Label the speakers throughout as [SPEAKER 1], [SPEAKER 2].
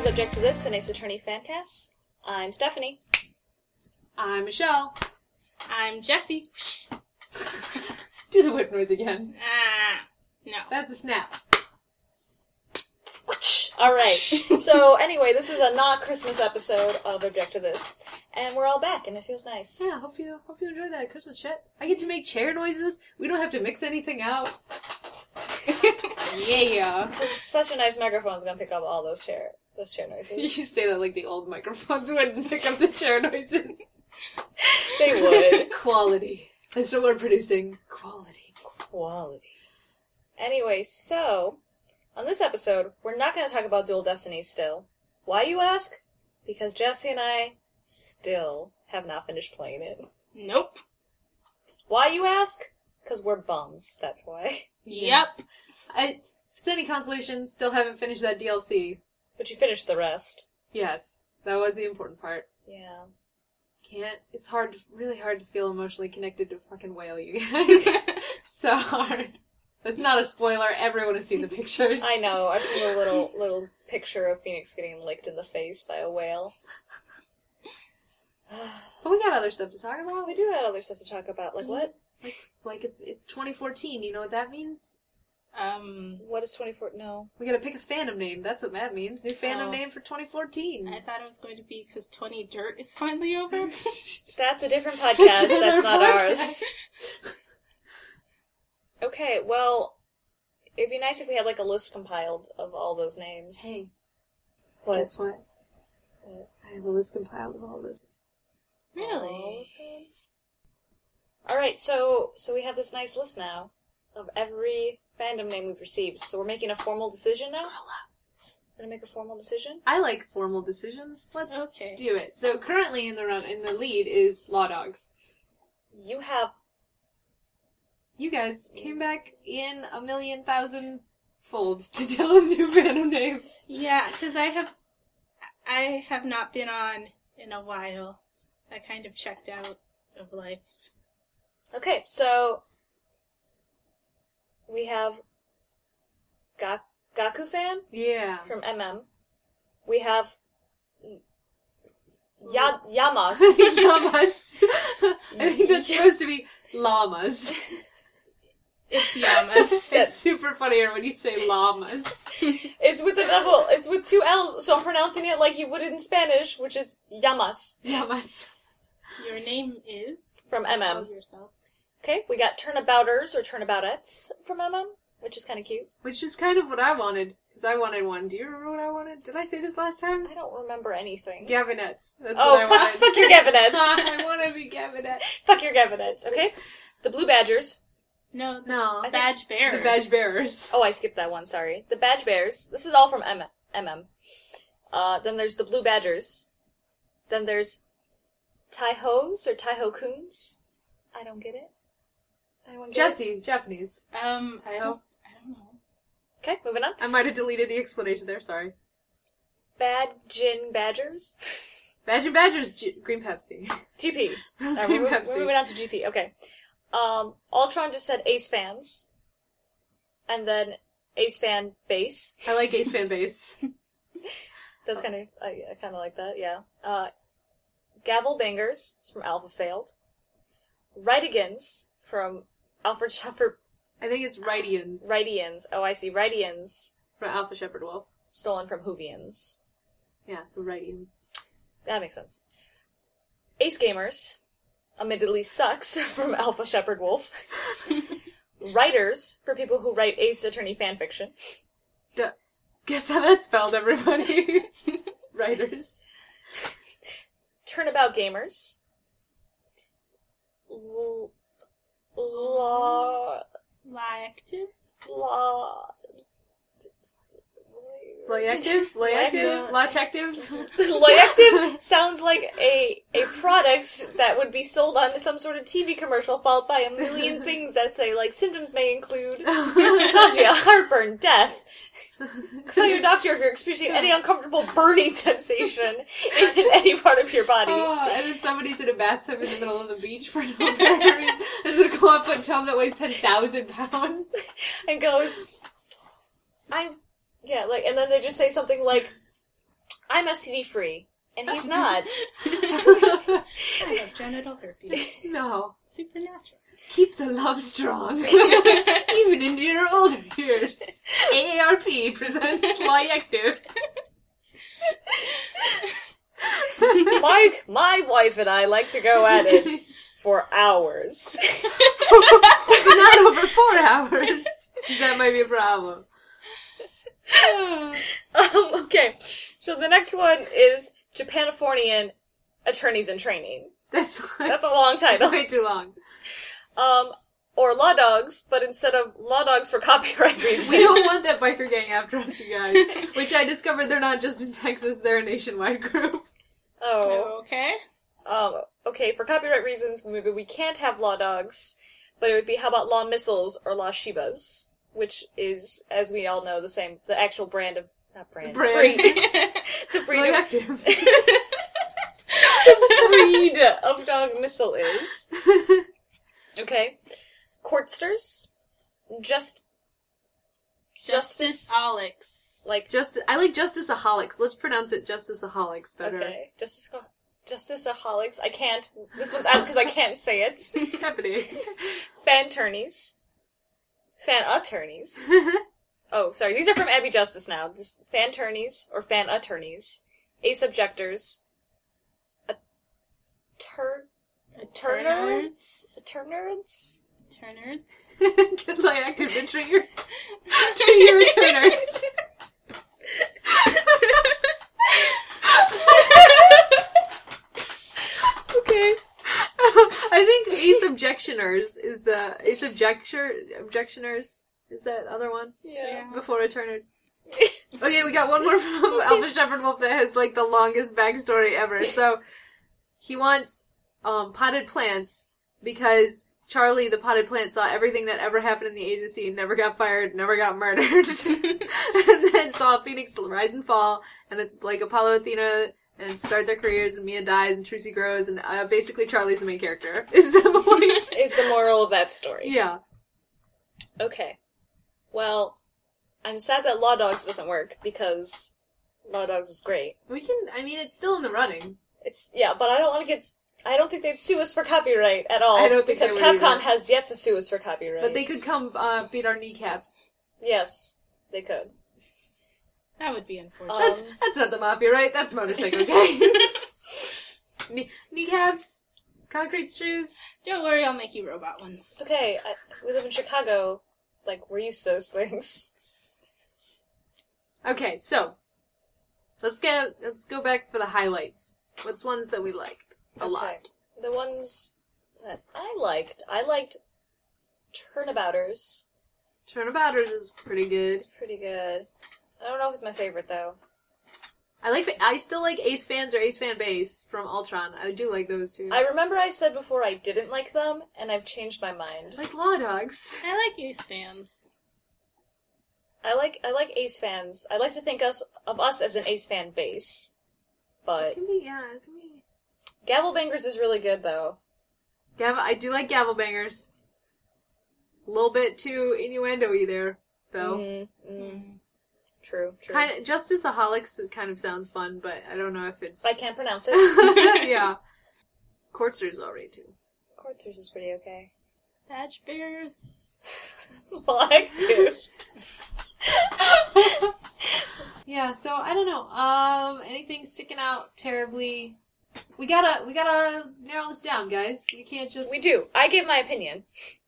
[SPEAKER 1] Subject to Uh, this and Ace Attorney Fancast. I'm Stephanie.
[SPEAKER 2] I'm Michelle.
[SPEAKER 3] I'm Jesse.
[SPEAKER 2] Do the whip noise again.
[SPEAKER 3] Ah, no.
[SPEAKER 2] That's a snap.
[SPEAKER 1] All right. so anyway, this is a not Christmas episode of Object to This, and we're all back, and it feels nice.
[SPEAKER 2] Yeah, hope you hope you enjoy that Christmas shit. I get to make chair noises. We don't have to mix anything out. Yeah.
[SPEAKER 1] This is such a nice microphone is gonna pick up all those chair those chair
[SPEAKER 2] You
[SPEAKER 1] noises.
[SPEAKER 2] should say that like the old microphones wouldn't pick up the chair noises.
[SPEAKER 1] they would.
[SPEAKER 2] Quality. And so we're producing quality.
[SPEAKER 1] Quality. Anyway, so on this episode, we're not gonna talk about Dual Destinies still. Why you ask? Because Jesse and I still have not finished playing it.
[SPEAKER 3] Nope.
[SPEAKER 1] Why you ask? Because we're bums. That's why.
[SPEAKER 3] Yep.
[SPEAKER 2] I, if it's any consolation, still haven't finished that DLC.
[SPEAKER 1] But you finished the rest.
[SPEAKER 2] Yes, that was the important part.
[SPEAKER 1] Yeah.
[SPEAKER 2] Can't. It's hard, really hard to feel emotionally connected to fucking whale, you guys. so hard. That's not a spoiler. Everyone has seen the pictures.
[SPEAKER 1] I know. I've seen a little little picture of Phoenix getting licked in the face by a whale.
[SPEAKER 2] But we got other stuff to talk about.
[SPEAKER 1] We do have other stuff to talk about. Like what?
[SPEAKER 2] Like it- it's 2014. You know what that means?
[SPEAKER 3] um,
[SPEAKER 1] What is twenty four? No.
[SPEAKER 2] We gotta pick a fandom name. That's what that means. New fandom
[SPEAKER 3] Oh.
[SPEAKER 2] name for 2014.
[SPEAKER 3] I thought it was going to be because 20 Dirt is finally over.
[SPEAKER 1] That's a different podcast.
[SPEAKER 2] It's
[SPEAKER 1] That's
[SPEAKER 2] another
[SPEAKER 1] not
[SPEAKER 2] podcast.
[SPEAKER 1] ours. Okay. Well, it'd be nice if we had like a list compiled of all those names.
[SPEAKER 2] Hey,
[SPEAKER 1] what?
[SPEAKER 2] guess what?
[SPEAKER 1] What?
[SPEAKER 2] I have a list compiled of all those.
[SPEAKER 3] really?
[SPEAKER 1] All right. So so we have this nice list now of every fandom name we've received. So we're making a formal decision now. We're gonna make a formal decision.
[SPEAKER 2] I like formal decisions. Let's
[SPEAKER 3] Okay.
[SPEAKER 2] do it. So currently in the run in the lead is Law Dogs.
[SPEAKER 1] You have
[SPEAKER 2] You guys came back in a million thousand folds to tell us new fandom name.
[SPEAKER 3] Yeah, because I have, I have not been on in a while. I kind of checked out of life.
[SPEAKER 1] Okay, so we have Gak- Gaku fan
[SPEAKER 2] Yeah.
[SPEAKER 1] from MM. We have ya- Yamas.
[SPEAKER 2] llamas. I think that's supposed to be llamas.
[SPEAKER 3] It's Yamas.
[SPEAKER 2] It's super funnier when you say llamas.
[SPEAKER 1] It's with the double. It's with two L's, so I'm pronouncing it like you would in Spanish, which is Yamas
[SPEAKER 2] Llamas.
[SPEAKER 3] Your name is?
[SPEAKER 1] from
[SPEAKER 3] Tell
[SPEAKER 1] MM.
[SPEAKER 3] yourself.
[SPEAKER 1] Okay, we got turnabouters or turnaboutettes from MM, which is kind of cute.
[SPEAKER 2] Which is kind of what I wanted, because I wanted one. Do you remember what I wanted? Did I say this last time?
[SPEAKER 1] I don't remember anything.
[SPEAKER 2] Gabinettes. That's
[SPEAKER 1] oh,
[SPEAKER 2] what I
[SPEAKER 1] fuck,
[SPEAKER 2] wanted.
[SPEAKER 1] fuck your Gavinettes.
[SPEAKER 2] I want to be Gabinettes.
[SPEAKER 1] fuck your Gavinettes, okay? The Blue Badgers.
[SPEAKER 3] No, the
[SPEAKER 2] No.
[SPEAKER 1] I think
[SPEAKER 3] badge bearer.
[SPEAKER 2] The badge bearers.
[SPEAKER 1] Oh, I skipped that one. Sorry. The Badge Bears. This is all from M- MM. Uh, then there's the Blue Badgers. Then there's Taihos or Taiho Coons. I don't get it. Anyone get it?
[SPEAKER 2] Jesse, Japanese.
[SPEAKER 3] Um, I don't,
[SPEAKER 2] Oh.
[SPEAKER 3] I don't know.
[SPEAKER 1] Okay, moving on.
[SPEAKER 2] I might have deleted the explanation there, sorry.
[SPEAKER 1] Bad Jin Badgers.
[SPEAKER 2] Badge and Badgers, G- Green Pepsi.
[SPEAKER 1] GP.
[SPEAKER 2] Green
[SPEAKER 1] Uh, we're, we're
[SPEAKER 2] Pepsi.
[SPEAKER 1] moving on to GP. Okay. Um, Ultron just said Ace fans. And then Ace fan base.
[SPEAKER 2] I like Ace Fan Base.
[SPEAKER 1] That's kind of I, I kind of like that. Yeah. Uh, Gavel Bangers is from Alpha Failed. Rightigans from Alfred Sheffer
[SPEAKER 2] I think it's Rightians
[SPEAKER 1] Rightians. Oh, I see. Rightians
[SPEAKER 2] from Alpha Shepherd Wolf.
[SPEAKER 1] stolen from Hoovians.
[SPEAKER 2] Yeah, so Rightians.
[SPEAKER 1] That makes sense. Ace Gamers, admittedly sucks from Alpha Shepherd Wolf. Writers for people who write Ace Attorney fanfiction.
[SPEAKER 2] D- Guess how that's spelled, everybody. Writers.
[SPEAKER 1] Turnabout Gamers. L- Law.
[SPEAKER 3] Lie active?
[SPEAKER 1] law.
[SPEAKER 2] Loyactive? Loyactive? Lawtective?
[SPEAKER 1] Loyactive sounds like a a product that would be sold on some sort of TV commercial, followed by a million things that say like symptoms may include nausea, heartburn, death. Tell your doctor if you're experiencing any uncomfortable burning sensation in any part of your body.
[SPEAKER 2] Oh, and then somebody's in a bathtub in the middle of the beach for no apparent reason. There's a co-op on Tom that weighs 10,000 pounds.
[SPEAKER 1] and goes, I, yeah, like, and then they just say something like, I'm STD free, and he's not.
[SPEAKER 3] I have genital herpes.
[SPEAKER 2] no.
[SPEAKER 3] Supernatural.
[SPEAKER 2] Keep the love strong. Even into your older years. AARP presents Lie Active.
[SPEAKER 1] Mike, my wife and I like to go at it for hours.
[SPEAKER 2] Not over four hours. That might be a problem.
[SPEAKER 1] Um, okay, so the next one is Japanifornian attorneys in training.
[SPEAKER 2] That's,
[SPEAKER 1] That's a long title.
[SPEAKER 2] that's way too long.
[SPEAKER 1] Um, or law dogs, but instead of law dogs for copyright reasons.
[SPEAKER 2] We don't want that biker gang after us, you guys. Which I discovered they're not just in Texas, they're a nationwide group.
[SPEAKER 1] oh,
[SPEAKER 3] okay.
[SPEAKER 1] um, okay. For copyright reasons, maybe we can't have law dogs, but it would be how about law missiles or law shibas, which is, as we all know, the same, the actual brand of not brand,
[SPEAKER 2] Brand.
[SPEAKER 1] breed, the breed,
[SPEAKER 2] Lie
[SPEAKER 1] of,
[SPEAKER 2] Active.
[SPEAKER 1] breed of dog missile is. Okay, courtsters, just Justice.
[SPEAKER 3] Justice Alex.
[SPEAKER 1] like
[SPEAKER 2] Just I like Justiceaholics. Let's pronounce it Justiceaholics better.
[SPEAKER 1] Okay, Justice Justiceaholics. I can't. This one's out because I can't say it.
[SPEAKER 2] Happening.
[SPEAKER 1] Fan attorneys, fan attorneys. Oh, sorry. These are from Abby Justice now. This, fan attorneys or fan attorneys, a subjectors, a tur Turnerds? turnerds.
[SPEAKER 3] Turnerds.
[SPEAKER 2] Just like active to trigger trigger returners.
[SPEAKER 1] Okay.
[SPEAKER 2] I think ace objectioners is the ace objecture objectioners is that other one
[SPEAKER 1] Yeah.
[SPEAKER 2] before returner. Okay, we got one more from Alpha Shepherd Wolf that has like the longest backstory ever. So he wants um, potted plants because Charlie the potted plant saw everything that ever happened in the agency and never got fired, never got murdered. and then saw Phoenix rise and fall and the, like Apollo Athena and start their careers and Mia dies and Trucy grows and uh, basically Charlie's the main character is the point.
[SPEAKER 1] Is the moral of that story?
[SPEAKER 2] yeah.
[SPEAKER 1] Okay. Well, I'm sad that Law Dogs doesn't work because Law Dogs was great.
[SPEAKER 2] We can I mean it's still in the running.
[SPEAKER 1] It's yeah, but I don't want to get. I don't think they'd sue us for copyright at all.
[SPEAKER 2] I don't think
[SPEAKER 1] because
[SPEAKER 2] they would
[SPEAKER 1] Capcom
[SPEAKER 2] either.
[SPEAKER 1] has yet to sue us for copyright.
[SPEAKER 2] But they could come uh, beat our kneecaps.
[SPEAKER 1] yes, they could.
[SPEAKER 3] That would be unfortunate.
[SPEAKER 1] Uh,
[SPEAKER 2] That's
[SPEAKER 1] Um,
[SPEAKER 2] that's not the mafia, right? That's motorcycle gangs. Knee, kneecaps, concrete shoes.
[SPEAKER 3] Don't worry, I'll make you robot ones.
[SPEAKER 1] It's okay. I, we live in Chicago. Like we're used to those things.
[SPEAKER 2] Okay, so let's get let's go back for the highlights. What's ones that we liked a lot?
[SPEAKER 1] Okay. The ones that I liked, I liked Turnabouters.
[SPEAKER 2] Turnabouters is pretty good.
[SPEAKER 1] It's pretty good. I don't know if it's my favorite though.
[SPEAKER 2] I like I still like Ace fans or Ace fan base from Ultron. I do like those two.
[SPEAKER 1] I remember I said before I didn't like them, and I've changed my mind.
[SPEAKER 2] like Law Dogs.
[SPEAKER 3] I like Ace fans.
[SPEAKER 1] I like I like Ace fans. I like to think us of us as an Ace fan base.
[SPEAKER 2] It
[SPEAKER 1] But
[SPEAKER 2] can be yeah, it can be.
[SPEAKER 1] Gavel Bangers is really good though.
[SPEAKER 2] Gav, I do like gavel bangers. A little bit too innuendo-y there, though.
[SPEAKER 1] Mm, mm, true, true.
[SPEAKER 2] Kind of Justiceaholics kind of sounds fun, but I don't know if it's
[SPEAKER 1] I can't pronounce it.
[SPEAKER 2] yeah. Courtster's already too.
[SPEAKER 1] Quartzers is pretty okay.
[SPEAKER 3] Badge bears.
[SPEAKER 1] like, dude.
[SPEAKER 2] Yeah, so I don't know. Um, anything sticking out terribly? We gotta we gotta narrow this down, guys. We can't just
[SPEAKER 1] We do. I give my opinion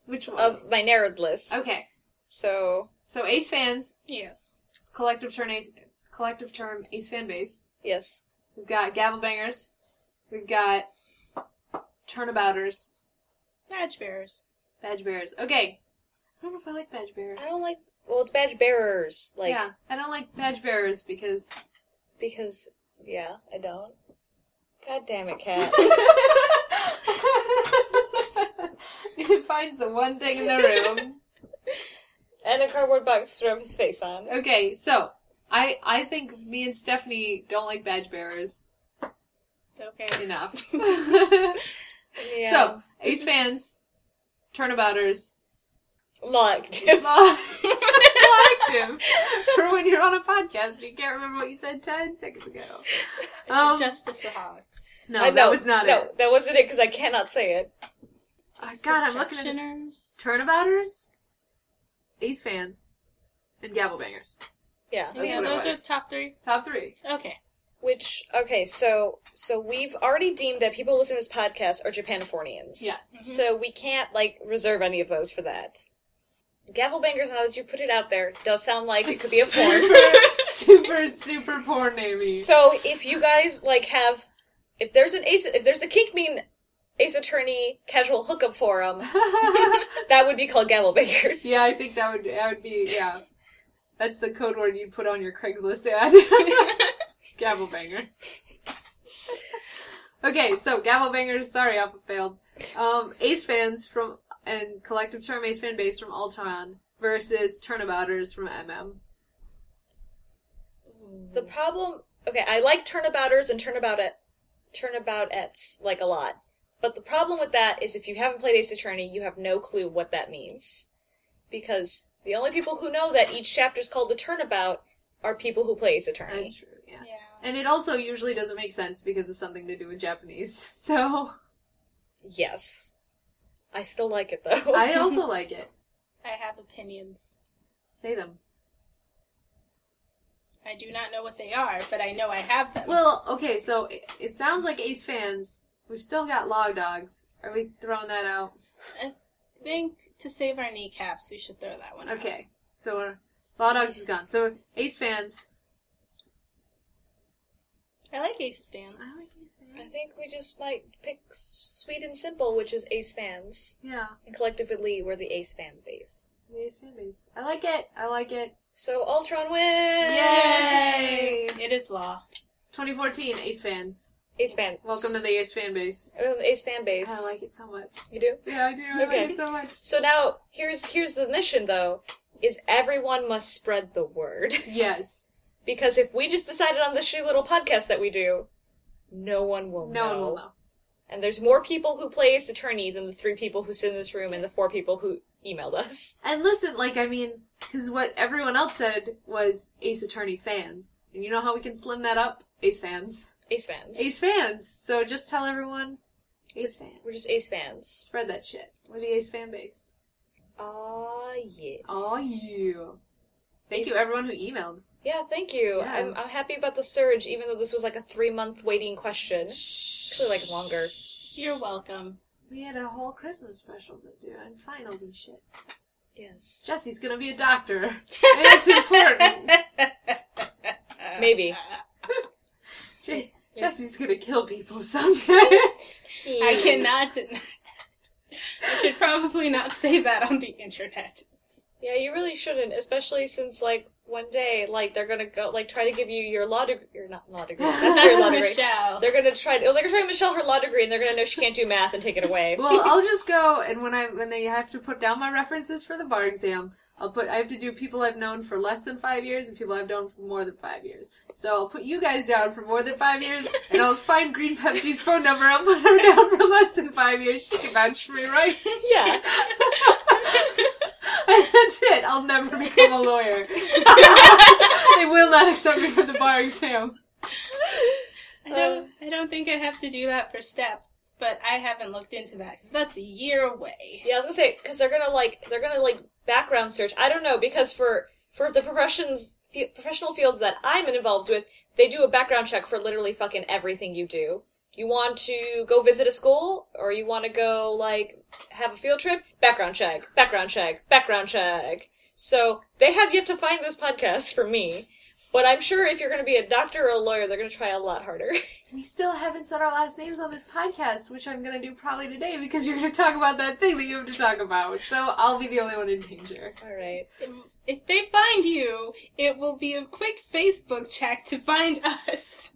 [SPEAKER 2] which one?
[SPEAKER 1] of my narrowed list.
[SPEAKER 2] okay,
[SPEAKER 1] So
[SPEAKER 2] so Ace fans
[SPEAKER 3] Yes.
[SPEAKER 2] collective term Ace, collective term Ace fan base.
[SPEAKER 1] yes,
[SPEAKER 2] We've got gavel bangers. We've got turnabouters,
[SPEAKER 3] Badge bears.
[SPEAKER 2] badge bearers. Okay, I don't know if I like badge bearers.
[SPEAKER 1] I don't like. Well, it's badge bearers, like
[SPEAKER 2] yeah, I don't like badge bearers because
[SPEAKER 1] because yeah, I don't. God damn it, cat.
[SPEAKER 2] it finds the one thing in the room.
[SPEAKER 1] and a cardboard box to rub his face on.
[SPEAKER 2] Okay, so I I think me and Stephanie don't like badge bearers
[SPEAKER 3] Okay.
[SPEAKER 2] enough.
[SPEAKER 1] Yeah.
[SPEAKER 2] So Ace fans, turnabouters,
[SPEAKER 1] So like.
[SPEAKER 2] locked him for when when you're on a podcast and you can't remember what you said ten seconds ago. Um,
[SPEAKER 3] Um, Justice the Hawk.
[SPEAKER 2] No,
[SPEAKER 1] I-
[SPEAKER 2] that was not
[SPEAKER 1] no,
[SPEAKER 2] it.
[SPEAKER 1] that wasn't it because I cannot say it.
[SPEAKER 2] Uh, God, I'm looking at
[SPEAKER 3] Sectioners.
[SPEAKER 2] turnabouters, ace fans, and gavel bangers.
[SPEAKER 1] Yeah.
[SPEAKER 2] That's
[SPEAKER 3] yeah,
[SPEAKER 2] what it
[SPEAKER 3] those are
[SPEAKER 2] was.
[SPEAKER 3] the top three.
[SPEAKER 2] Top three.
[SPEAKER 3] Okay.
[SPEAKER 1] Which okay, so so we've already deemed that people listening to this podcast are Japanifornians.
[SPEAKER 2] Yes.
[SPEAKER 3] Mhm.
[SPEAKER 1] So we can't like reserve any of those for that. Gavel bangers. Now that you put it out there, does sound like it could be a porn.
[SPEAKER 2] super, super porn namey.
[SPEAKER 1] So if you guys like have, if there's an ace, if there's a kink mean ace attorney casual hookup forum, that would be called Gavelbangers.
[SPEAKER 2] yeah, I think that would that would be yeah. That's the code word you'd put on your Craigslist ad. gavel banger. okay, so gavel bangers. Sorry, Alpha failed. Um, Ace fans from and collective term Ace fan base from Ultron versus Turnabouters from MM.
[SPEAKER 1] The problem. Okay, I like turnabouters and turnabout at turnaboutettes like a lot. But the problem with that is if you haven't played Ace Attorney, you have no clue what that means. Because the only people who know that each chapter is called the turnabout are people who play Ace Attorney.
[SPEAKER 2] That's true. Yeah.
[SPEAKER 3] Yeah.
[SPEAKER 2] And it also usually doesn't make sense because of something to do with Japanese. So
[SPEAKER 1] Yes. I still like it though.
[SPEAKER 2] I also like it.
[SPEAKER 3] I have opinions.
[SPEAKER 2] Say them.
[SPEAKER 3] I do not know what they are, but I know I have them.
[SPEAKER 2] Well, okay, so it, it sounds like Ace fans. We've still got Log Dogs. Are we throwing that out?
[SPEAKER 3] I think to save our kneecaps, we should throw that one. out.
[SPEAKER 2] Okay, so our Log Dogs is gone. So Ace fans.
[SPEAKER 3] I like Ace fans.
[SPEAKER 2] I like Ace
[SPEAKER 1] I
[SPEAKER 2] fans.
[SPEAKER 1] think we just might pick s- Sweet and Simple, which is Ace fans,
[SPEAKER 2] Yeah,
[SPEAKER 1] and collectively we're the Ace fans base.
[SPEAKER 2] the Ace fan base. I like it. I like it.
[SPEAKER 1] So Ultron wins!
[SPEAKER 2] Yay!
[SPEAKER 3] It is law.
[SPEAKER 2] 2014 Ace fans.
[SPEAKER 1] Ace fans.
[SPEAKER 2] Welcome to the Ace fan base.
[SPEAKER 1] Uh, Ace fan base.
[SPEAKER 2] I like it so much.
[SPEAKER 1] You do?
[SPEAKER 2] Yeah, I do. I like
[SPEAKER 1] Okay.
[SPEAKER 2] it so much.
[SPEAKER 1] So now here's here's the mission though, is everyone must spread the word.
[SPEAKER 2] Yes.
[SPEAKER 1] because if we just decided on this shitty little podcast that we do, no one will
[SPEAKER 2] No
[SPEAKER 1] know.
[SPEAKER 2] one will know.
[SPEAKER 1] And there's more people who play Ace Attorney than the three people who sit in this room and the four people who emailed us.
[SPEAKER 2] And listen, like, I mean, because what everyone else said was Ace Attorney fans. And you know how we can slim that up? Ace fans.
[SPEAKER 1] Ace fans.
[SPEAKER 2] Ace fans. So just tell everyone Ace fans.
[SPEAKER 1] We're just Ace fans.
[SPEAKER 2] Spread that shit. We're the Ace fan base.
[SPEAKER 1] Ah, yes.
[SPEAKER 2] All you. Thank you,
[SPEAKER 1] Ace-
[SPEAKER 2] everyone who emailed.
[SPEAKER 1] Yeah, thank you.
[SPEAKER 2] Yeah.
[SPEAKER 1] I'm, I'm happy about the surge, even though this was like a three month waiting question. Actually, like longer.
[SPEAKER 3] You're welcome.
[SPEAKER 2] We had a whole Christmas special to do and finals and shit.
[SPEAKER 1] Yes.
[SPEAKER 2] Jesse's gonna be a doctor. and it's important.
[SPEAKER 1] Maybe.
[SPEAKER 2] Je- Jesse's gonna kill people someday.
[SPEAKER 3] I cannot deny it. I should probably not say that on the internet.
[SPEAKER 1] Yeah, you really shouldn't, especially since like one day, like they're gonna go, like try to give you your law degree. You're not law degree. That's your law
[SPEAKER 3] That's
[SPEAKER 1] degree.
[SPEAKER 3] Michelle.
[SPEAKER 1] They're gonna try. Oh, they're gonna try Michelle her law degree, and they're gonna know she can't do math and take it away.
[SPEAKER 2] Well, I'll just go and when I when they have to put down my references for the bar exam, I'll put I have to do people I've known for less than five years and people I've known for more than five years. So I'll put you guys down for more than five years, and I'll find Green Pepsi's phone number. I'll put her down for less than five years. She can vouch for me, right?
[SPEAKER 1] yeah.
[SPEAKER 2] And that's it. I'll never become a lawyer. they will not accept me for the bar exam.
[SPEAKER 3] I
[SPEAKER 1] Uh,
[SPEAKER 3] don't, I don't think I have to do that for step, but I haven't looked into that because that's a year away.
[SPEAKER 1] Yeah, I was gonna say because they're gonna like they're gonna like background search. I don't know because for for the professions fe- professional fields that I'm involved with, they do a background check for literally fucking everything you do. You want to go visit a school, or you want to go like have a field trip? Background check, background check, background check. So they have yet to find this podcast for me, but I'm sure if you're gonna be a doctor or a lawyer, they're gonna try a lot harder.
[SPEAKER 2] We still haven't said our last names on this podcast, which I'm going to do probably today because you're going to talk about that thing that you have to talk about. So I'll be the only one in danger.
[SPEAKER 1] All right.
[SPEAKER 3] If they find you, it will be a quick Facebook check to find us.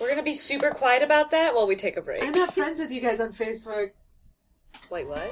[SPEAKER 1] We're gonna be super quiet about that while we take a break.
[SPEAKER 2] I'm not friends with you guys on Facebook.
[SPEAKER 1] Wait, what?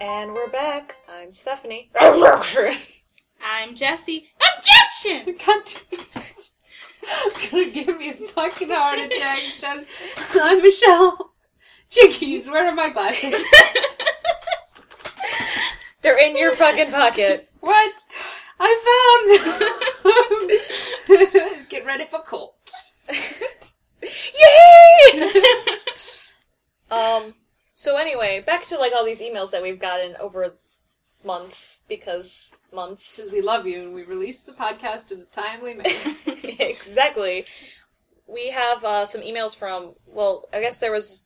[SPEAKER 1] And we're back. I'm Stephanie.
[SPEAKER 3] I'm Jesse. Objection!
[SPEAKER 2] Cut. gonna give me a fucking heart attack. Jen. I'm Michelle. Jinkies, where are my glasses?
[SPEAKER 1] They're in your fucking pocket.
[SPEAKER 2] What? I found them. Get ready for cold.
[SPEAKER 1] Yay! um. So anyway, back to like all these emails that we've gotten over months because months.
[SPEAKER 2] Because we love you and we release the podcast in a timely manner.
[SPEAKER 1] exactly. We have uh, some emails from. Well, I guess there was.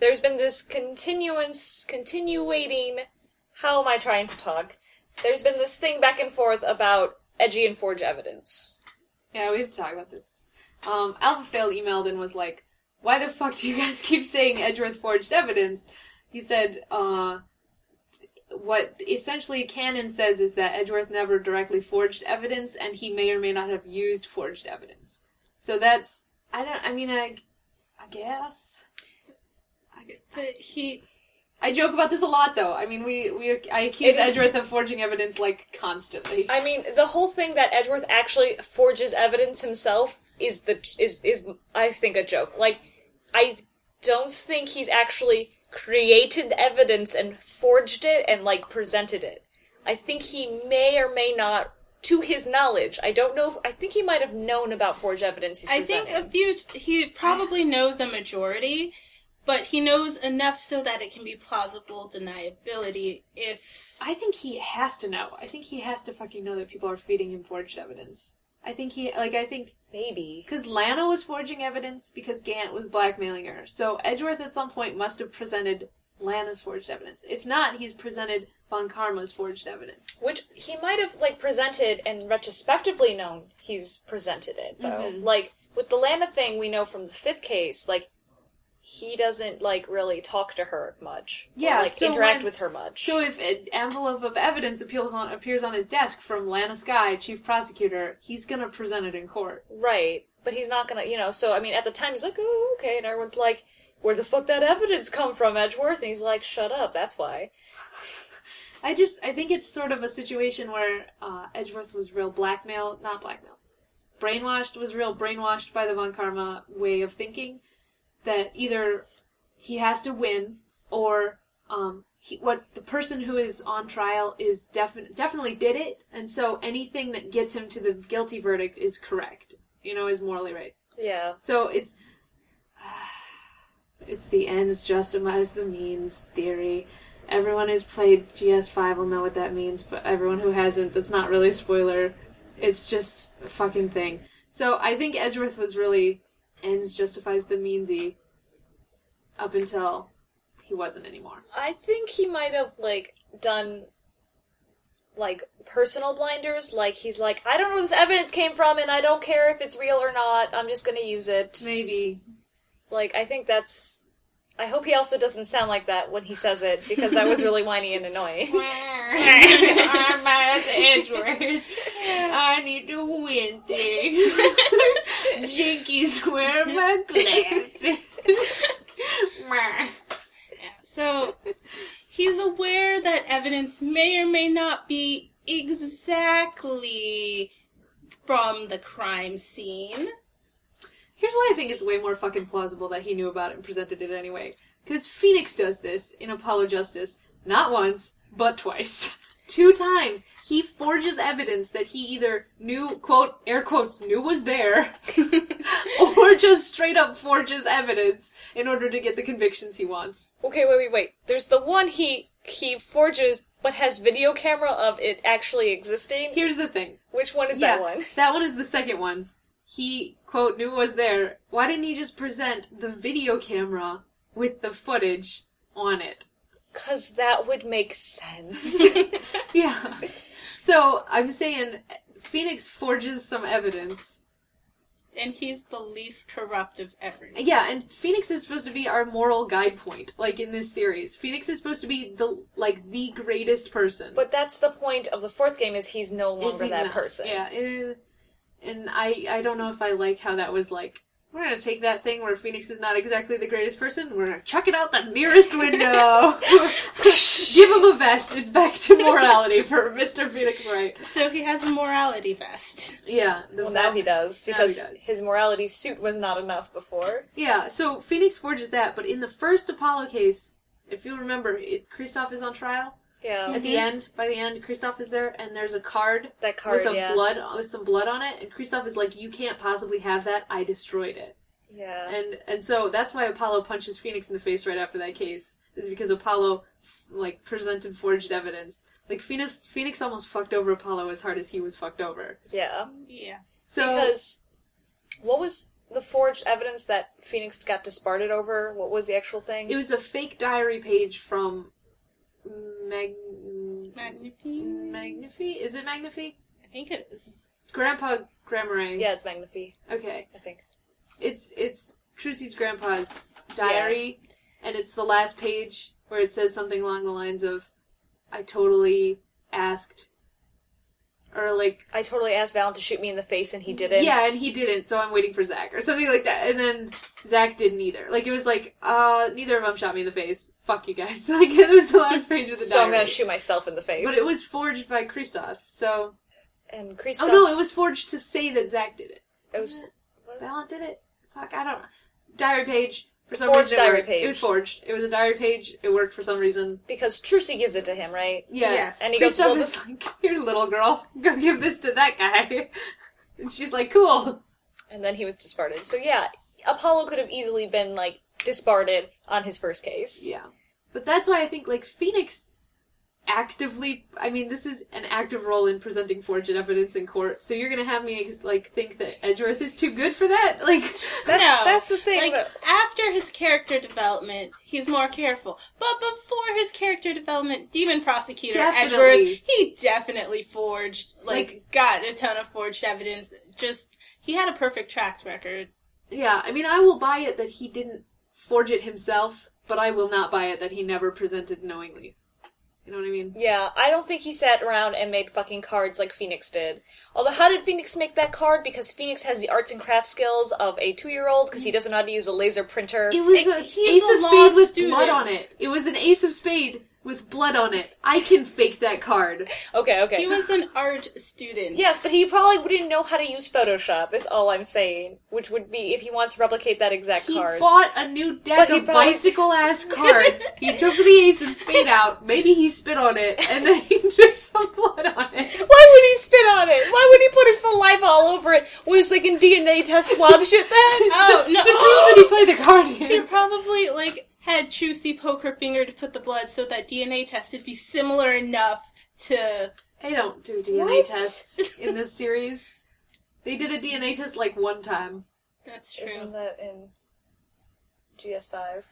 [SPEAKER 1] There's been this continuance, continuating. How am I trying to talk? There's been this thing back and forth about edgy and forge evidence.
[SPEAKER 2] yeah, we have to talk about this. Um, Alpha Fail emailed and was like, why the fuck do you guys keep saying Edgeworth forged evidence? He said, uh, what essentially canon says is that Edgeworth never directly forged evidence and he may or may not have used forged evidence. So that's, I don't, I mean, I, I guess. I,
[SPEAKER 3] But he.
[SPEAKER 2] I joke about this a lot, though. I mean, we we I accuse
[SPEAKER 1] It is-
[SPEAKER 2] Edgeworth of forging evidence like constantly.
[SPEAKER 1] I mean, the whole thing that Edgeworth actually forges evidence himself is the is is I think a joke. Like, I don't think he's actually created evidence and forged it and like presented it. I think he may or may not, to his knowledge, I don't know. If, I think he might have known about forged evidence. He's
[SPEAKER 3] I think a
[SPEAKER 1] presenting.
[SPEAKER 3] few. He probably knows a majority, but he knows enough so that it can be plausible deniability if.
[SPEAKER 2] I think he has to know. I think he has to fucking know that people are feeding him forged evidence. I think he like I think
[SPEAKER 1] maybe.
[SPEAKER 2] because Lana was forging evidence because Gant was blackmailing her. So Edgeworth at some point must have presented Lana's forged evidence. If not, he's presented Von Karma's forged evidence.
[SPEAKER 1] Which he might have like presented and retrospectively known he's presented it though.
[SPEAKER 2] Mhm.
[SPEAKER 1] Like with the Lana thing, we know from the fifth case, like he doesn't like really talk to her much. or,
[SPEAKER 2] Yeah,
[SPEAKER 1] like
[SPEAKER 2] so
[SPEAKER 1] interact
[SPEAKER 2] when-
[SPEAKER 1] with her much.
[SPEAKER 2] So if an envelope of evidence appeals on appears on his desk from Lana Sky, chief prosecutor, he's gonna present it in court.
[SPEAKER 1] Right, but he's not gonna, you know. So I mean, at the time he's like, "Oh, okay," and everyone's like, "Where the fuck that evidence come from, Edgeworth?" And he's like, "Shut up, that's why."
[SPEAKER 2] I just I think it's sort of a situation where uh, Edgeworth was real blackmail, not blackmail, brainwashed was real brainwashed by the von Karma way of thinking that either he has to win or um, he, what the person who is on trial is definite definitely did it, and so anything that gets him to the guilty verdict is correct, you know, is morally right.
[SPEAKER 1] Yeah,
[SPEAKER 2] So it's it's the ends justifies the means theory. Everyone who's played GS5 will know what that means, but everyone who hasn't, that's not really a spoiler. It's just a fucking thing. So I think Edgeworth was really ends justifies the meansy up until he wasn't anymore.
[SPEAKER 1] I think he might have like done like personal blinders. Like he's like, I don't know where this evidence came from, and I don't care if it's real or not. I'm just gonna use it.
[SPEAKER 2] Maybe
[SPEAKER 1] Like I think that's. I hope he also doesn't sound like that when he says it because that was really whiny and annoying.
[SPEAKER 2] I'm Miles Edward. I need to win things. Jinkies, where are my glasses?
[SPEAKER 3] So, he's aware that evidence may or may not be exactly from the crime scene.
[SPEAKER 2] Here's why I think it's way more fucking plausible that he knew about it and presented it anyway. Because Phoenix does this in Apollo Justice, not once, but twice. Two times. He forges evidence that he either knew, quote, air quotes, knew was there, or just straight up forges evidence in order to get the convictions he wants.
[SPEAKER 1] Okay, wait, wait, wait. There's the one he he forges, but has video camera of it actually existing.
[SPEAKER 2] Here's the thing.
[SPEAKER 1] Which one is that one?
[SPEAKER 2] That one is the second one. He, quote, knew was there. Why didn't he just present the video camera with the footage on it?
[SPEAKER 1] Cause that would make sense.
[SPEAKER 2] Yeah. So I'm saying Phoenix forges some evidence.
[SPEAKER 3] And he's the least corrupt of everyone.
[SPEAKER 2] Yeah, and Phoenix is supposed to be our moral guide point, like in this series. Phoenix is supposed to be the like the greatest person.
[SPEAKER 1] But that's the point of the fourth game is he's no
[SPEAKER 2] Is
[SPEAKER 1] longer
[SPEAKER 2] he's
[SPEAKER 1] that
[SPEAKER 2] not.
[SPEAKER 1] person.
[SPEAKER 2] Yeah, and, and I I don't know if I like how that was like We're gonna take that thing where Phoenix is not exactly the greatest person. We're gonna chuck it out the nearest window. Give him a vest. It's back to morality for Mister Phoenix Wright.
[SPEAKER 3] So he has a morality vest.
[SPEAKER 2] Yeah. the
[SPEAKER 1] Well, now he does
[SPEAKER 2] Now he
[SPEAKER 1] because
[SPEAKER 2] does.
[SPEAKER 1] his morality suit was not enough before.
[SPEAKER 2] Yeah, so Phoenix forges that, but in the first Apollo case, if you remember, it, Kristoff is on trial.
[SPEAKER 1] Yeah,
[SPEAKER 2] At the end, by the end, Kristoff is there, and there's a card,
[SPEAKER 1] that Mm-hmm. card.
[SPEAKER 2] with a
[SPEAKER 1] yeah,
[SPEAKER 2] blood with some blood on it, and Kristoff is like, "You can't possibly have that. I destroyed it."
[SPEAKER 1] yeah.
[SPEAKER 2] And and so that's why Apollo punches Phoenix in the face right after that case is because Apollo like presented forged evidence. Like Phoenix Phoenix almost fucked over Apollo as hard as he was fucked over.
[SPEAKER 1] Yeah.
[SPEAKER 3] Yeah.
[SPEAKER 2] So
[SPEAKER 1] because what was the forged evidence that Phoenix got disparted over? What was the actual thing?
[SPEAKER 2] it was a fake diary page from Mag
[SPEAKER 3] Magnifying?
[SPEAKER 2] Magnifi? Is it Magnifi?
[SPEAKER 3] I think it is.
[SPEAKER 2] Grandpa Grammaray.
[SPEAKER 1] yeah, it's Magnify,
[SPEAKER 2] Okay.
[SPEAKER 1] I think.
[SPEAKER 2] It's it's Trucy's grandpa's diary, and it's the last page where it says something along the lines of, "I totally asked," or like
[SPEAKER 1] I totally asked Valen to shoot me in the face and he didn't.
[SPEAKER 2] Yeah, and he didn't, so I'm waiting for Zach or something like that. And then Zach didn't either. Like it was like, uh, neither of them shot me in the face. Fuck you guys. Like it was the last page of the
[SPEAKER 1] so I'm
[SPEAKER 2] diary.
[SPEAKER 1] gonna shoot myself in the face.
[SPEAKER 2] But it was forged by Kristoff. So
[SPEAKER 1] and
[SPEAKER 2] oh
[SPEAKER 1] Christoph.
[SPEAKER 2] no, it was forged to say that Zach did it.
[SPEAKER 1] it was,
[SPEAKER 2] Valen
[SPEAKER 1] was
[SPEAKER 2] did it. Fuck, I don't know. Diary page. For some
[SPEAKER 1] Forged
[SPEAKER 2] reason, it
[SPEAKER 1] diary
[SPEAKER 2] worked. It was
[SPEAKER 1] page.
[SPEAKER 2] forged. It was a diary page. It worked for some reason.
[SPEAKER 1] because Trucy gives it to him, right?
[SPEAKER 2] Yeah.
[SPEAKER 3] Yes.
[SPEAKER 1] And he goes,
[SPEAKER 2] Kristoff
[SPEAKER 1] "Well,
[SPEAKER 2] is
[SPEAKER 1] this-"
[SPEAKER 2] like, "Here, little girl, go give this to that guy." And she's like, "Cool."
[SPEAKER 1] And then he was disparted. So yeah, Apollo could have easily been like disparted on his first case.
[SPEAKER 2] Yeah. But that's why I think, like, Phoenix actively, I mean, this is an active role in presenting forged evidence in court, so you're gonna have me, like, think that Edgeworth is too good for that? Like,
[SPEAKER 1] That's
[SPEAKER 3] No.
[SPEAKER 1] that's the thing.
[SPEAKER 3] Like
[SPEAKER 1] about-
[SPEAKER 3] after his character development, he's more careful. But before his character development, Demon Prosecutor
[SPEAKER 2] Definitely.
[SPEAKER 3] Edgeworth, he definitely forged, like, got a ton of forged evidence. Just he had a perfect track record.
[SPEAKER 2] yeah, I mean, I will buy it that he didn't forge it himself, but I will not buy it that he never presented knowingly. You know what I mean?
[SPEAKER 1] Yeah, I don't think he sat around and made fucking cards like Phoenix did. Although, how did Phoenix make that card? Because Phoenix has the arts and crafts skills of a two-year-old because he doesn't know how to use a laser printer.
[SPEAKER 2] It was
[SPEAKER 3] It-
[SPEAKER 2] a
[SPEAKER 3] he's
[SPEAKER 2] ace
[SPEAKER 3] a
[SPEAKER 2] of
[SPEAKER 3] law
[SPEAKER 2] spade with
[SPEAKER 3] student.
[SPEAKER 2] blood on it. It was an ace of spade with blood on it. I can fake that card.
[SPEAKER 1] Okay, okay.
[SPEAKER 3] He was an art student.
[SPEAKER 1] yes, but he probably wouldn't know how to use Photoshop. Is all I'm saying. Which would be if he wants to replicate that exact
[SPEAKER 2] He
[SPEAKER 1] card.
[SPEAKER 2] bought a new deck
[SPEAKER 1] But he
[SPEAKER 2] of
[SPEAKER 1] probably-
[SPEAKER 2] bicycle ass cards. he took the ace of spade out. Maybe he spit on it, and then he dripped some blood on it.
[SPEAKER 1] Why would he spit on it? Why would he put his saliva all over it? Was like in DNA test swab shit then?
[SPEAKER 3] Oh no.
[SPEAKER 2] To prove that he played the card
[SPEAKER 3] They
[SPEAKER 2] game.
[SPEAKER 3] probably like had Trucy poke her finger to put the blood so that DNA test would be similar enough to
[SPEAKER 2] They don't do DNA
[SPEAKER 1] What?
[SPEAKER 2] tests in this series. They did a DNA test like one time,
[SPEAKER 3] that's true.
[SPEAKER 1] that in GS5?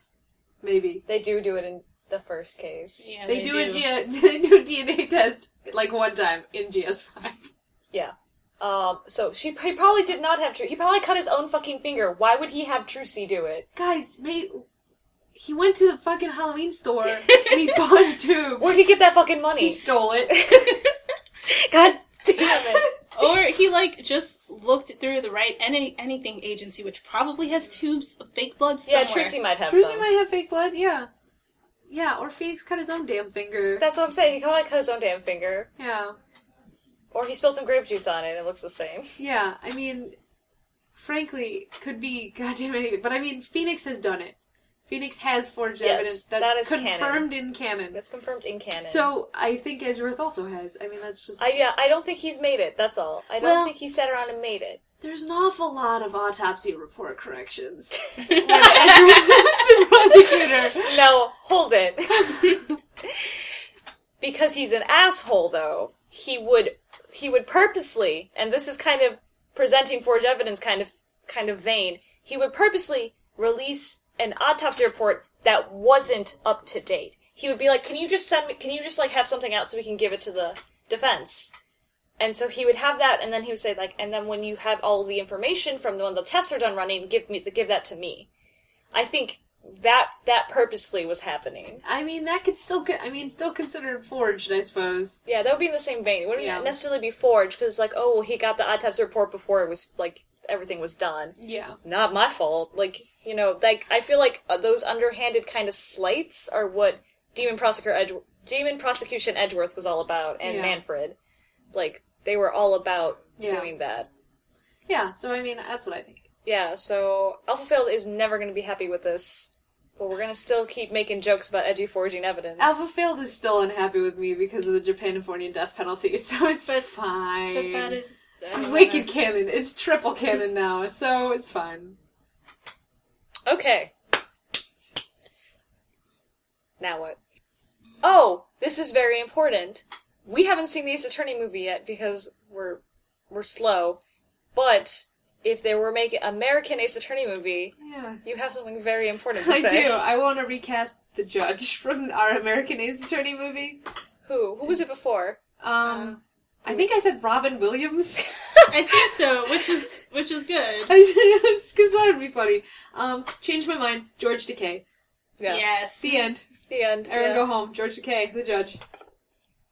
[SPEAKER 2] maybe.
[SPEAKER 1] They do do it in the first case.
[SPEAKER 3] Yeah,
[SPEAKER 2] They, do, a G- they do a DNA test like one time in GS5.
[SPEAKER 1] Yeah. Um, so she he probably did not have Tru. He probably cut his own fucking finger. Why would he have Trucy do it?
[SPEAKER 2] Guys, may he went to the fucking Halloween store and he bought a tube.
[SPEAKER 1] Where'd he get that fucking
[SPEAKER 2] He
[SPEAKER 1] money?
[SPEAKER 2] stole it.
[SPEAKER 1] God damn it.
[SPEAKER 3] Or he like just looked through the right any anything agency, which probably has tubes of fake blood
[SPEAKER 1] Yeah,
[SPEAKER 3] somewhere.
[SPEAKER 1] Trucy might have
[SPEAKER 2] Brucey
[SPEAKER 1] some.
[SPEAKER 2] might have fake blood, yeah. Yeah, or Phoenix cut his own damn finger.
[SPEAKER 1] That's what I'm saying. He probably cut his own damn finger.
[SPEAKER 2] yeah.
[SPEAKER 1] Or he spilled some grape juice on it and it looks the same.
[SPEAKER 2] Yeah, I mean, frankly, could be goddamn anything. But I mean, Phoenix has done it. Phoenix has forged
[SPEAKER 1] Yes,
[SPEAKER 2] evidence that's
[SPEAKER 1] that is canon.
[SPEAKER 2] confirmed in canon.
[SPEAKER 1] That's confirmed in canon.
[SPEAKER 2] So I think Edgeworth also has. I mean, that's just.
[SPEAKER 1] I, yeah, I don't think he's made it. That's all. I don't
[SPEAKER 2] Well-
[SPEAKER 1] think he sat around and made it.
[SPEAKER 2] There's an awful lot of autopsy report corrections. when Edgeworth is the prosecutor.
[SPEAKER 1] No, hold it. because he's an asshole though, he would he would purposely and this is kind of presenting forged evidence kind of kind of vain, he would purposely release an autopsy report that wasn't up to date. He would be like, Can you just send me can you just like have something out so we can give it to the defense? And so he would have that, and then he would say like, and then when you have all the information from the when the tests are done running, give me give that to me. I think that that purposely was happening.
[SPEAKER 2] I mean, that could still. co- I mean, still considered forged, I suppose.
[SPEAKER 1] Yeah, that would be in the same vein. It wouldn't
[SPEAKER 2] Yeah.
[SPEAKER 1] necessarily be forged because, like, oh, well, he got the autopsy report before it was like everything was done.
[SPEAKER 2] Yeah.
[SPEAKER 1] Not my fault. Like, you know, like I feel like uh, those underhanded kind of slights are what Demon Prosecutor Edge- Demon Prosecution Edgeworth was all about and
[SPEAKER 2] Yeah.
[SPEAKER 1] Manfred. Like they were all about
[SPEAKER 2] Yeah.
[SPEAKER 1] doing that.
[SPEAKER 2] Yeah, so I mean, that's what I think.
[SPEAKER 1] Yeah, so Alphafield is never going to be happy with this. But we're going to still keep making jokes about edgy forging evidence.
[SPEAKER 2] Alpha Field is still unhappy with me because of the Japanifornian death penalty, so it's
[SPEAKER 3] But-
[SPEAKER 2] fine.
[SPEAKER 3] But that is. I
[SPEAKER 2] it's
[SPEAKER 3] don't
[SPEAKER 2] wicked
[SPEAKER 3] know.
[SPEAKER 2] canon. It's triple canon now, so it's fine.
[SPEAKER 1] Okay. Now what? Oh, this is very important. We haven't seen the Ace Attorney movie yet because we're we're slow. But if they were making American Ace Attorney movie,
[SPEAKER 2] Yeah.
[SPEAKER 1] you have something very important to
[SPEAKER 2] I
[SPEAKER 1] say.
[SPEAKER 2] do. I want to recast the judge from our American Ace Attorney movie.
[SPEAKER 1] Who? Who was it before?
[SPEAKER 2] Um,
[SPEAKER 3] Uh,
[SPEAKER 2] I think I said Robin Williams.
[SPEAKER 3] I think so, which is which is good.
[SPEAKER 2] Because that would be funny. Um, change my mind. George Decay.
[SPEAKER 3] Yes.
[SPEAKER 2] The end.
[SPEAKER 1] The end.
[SPEAKER 2] Aaron,
[SPEAKER 1] yeah.
[SPEAKER 2] go home. George Decay, the judge.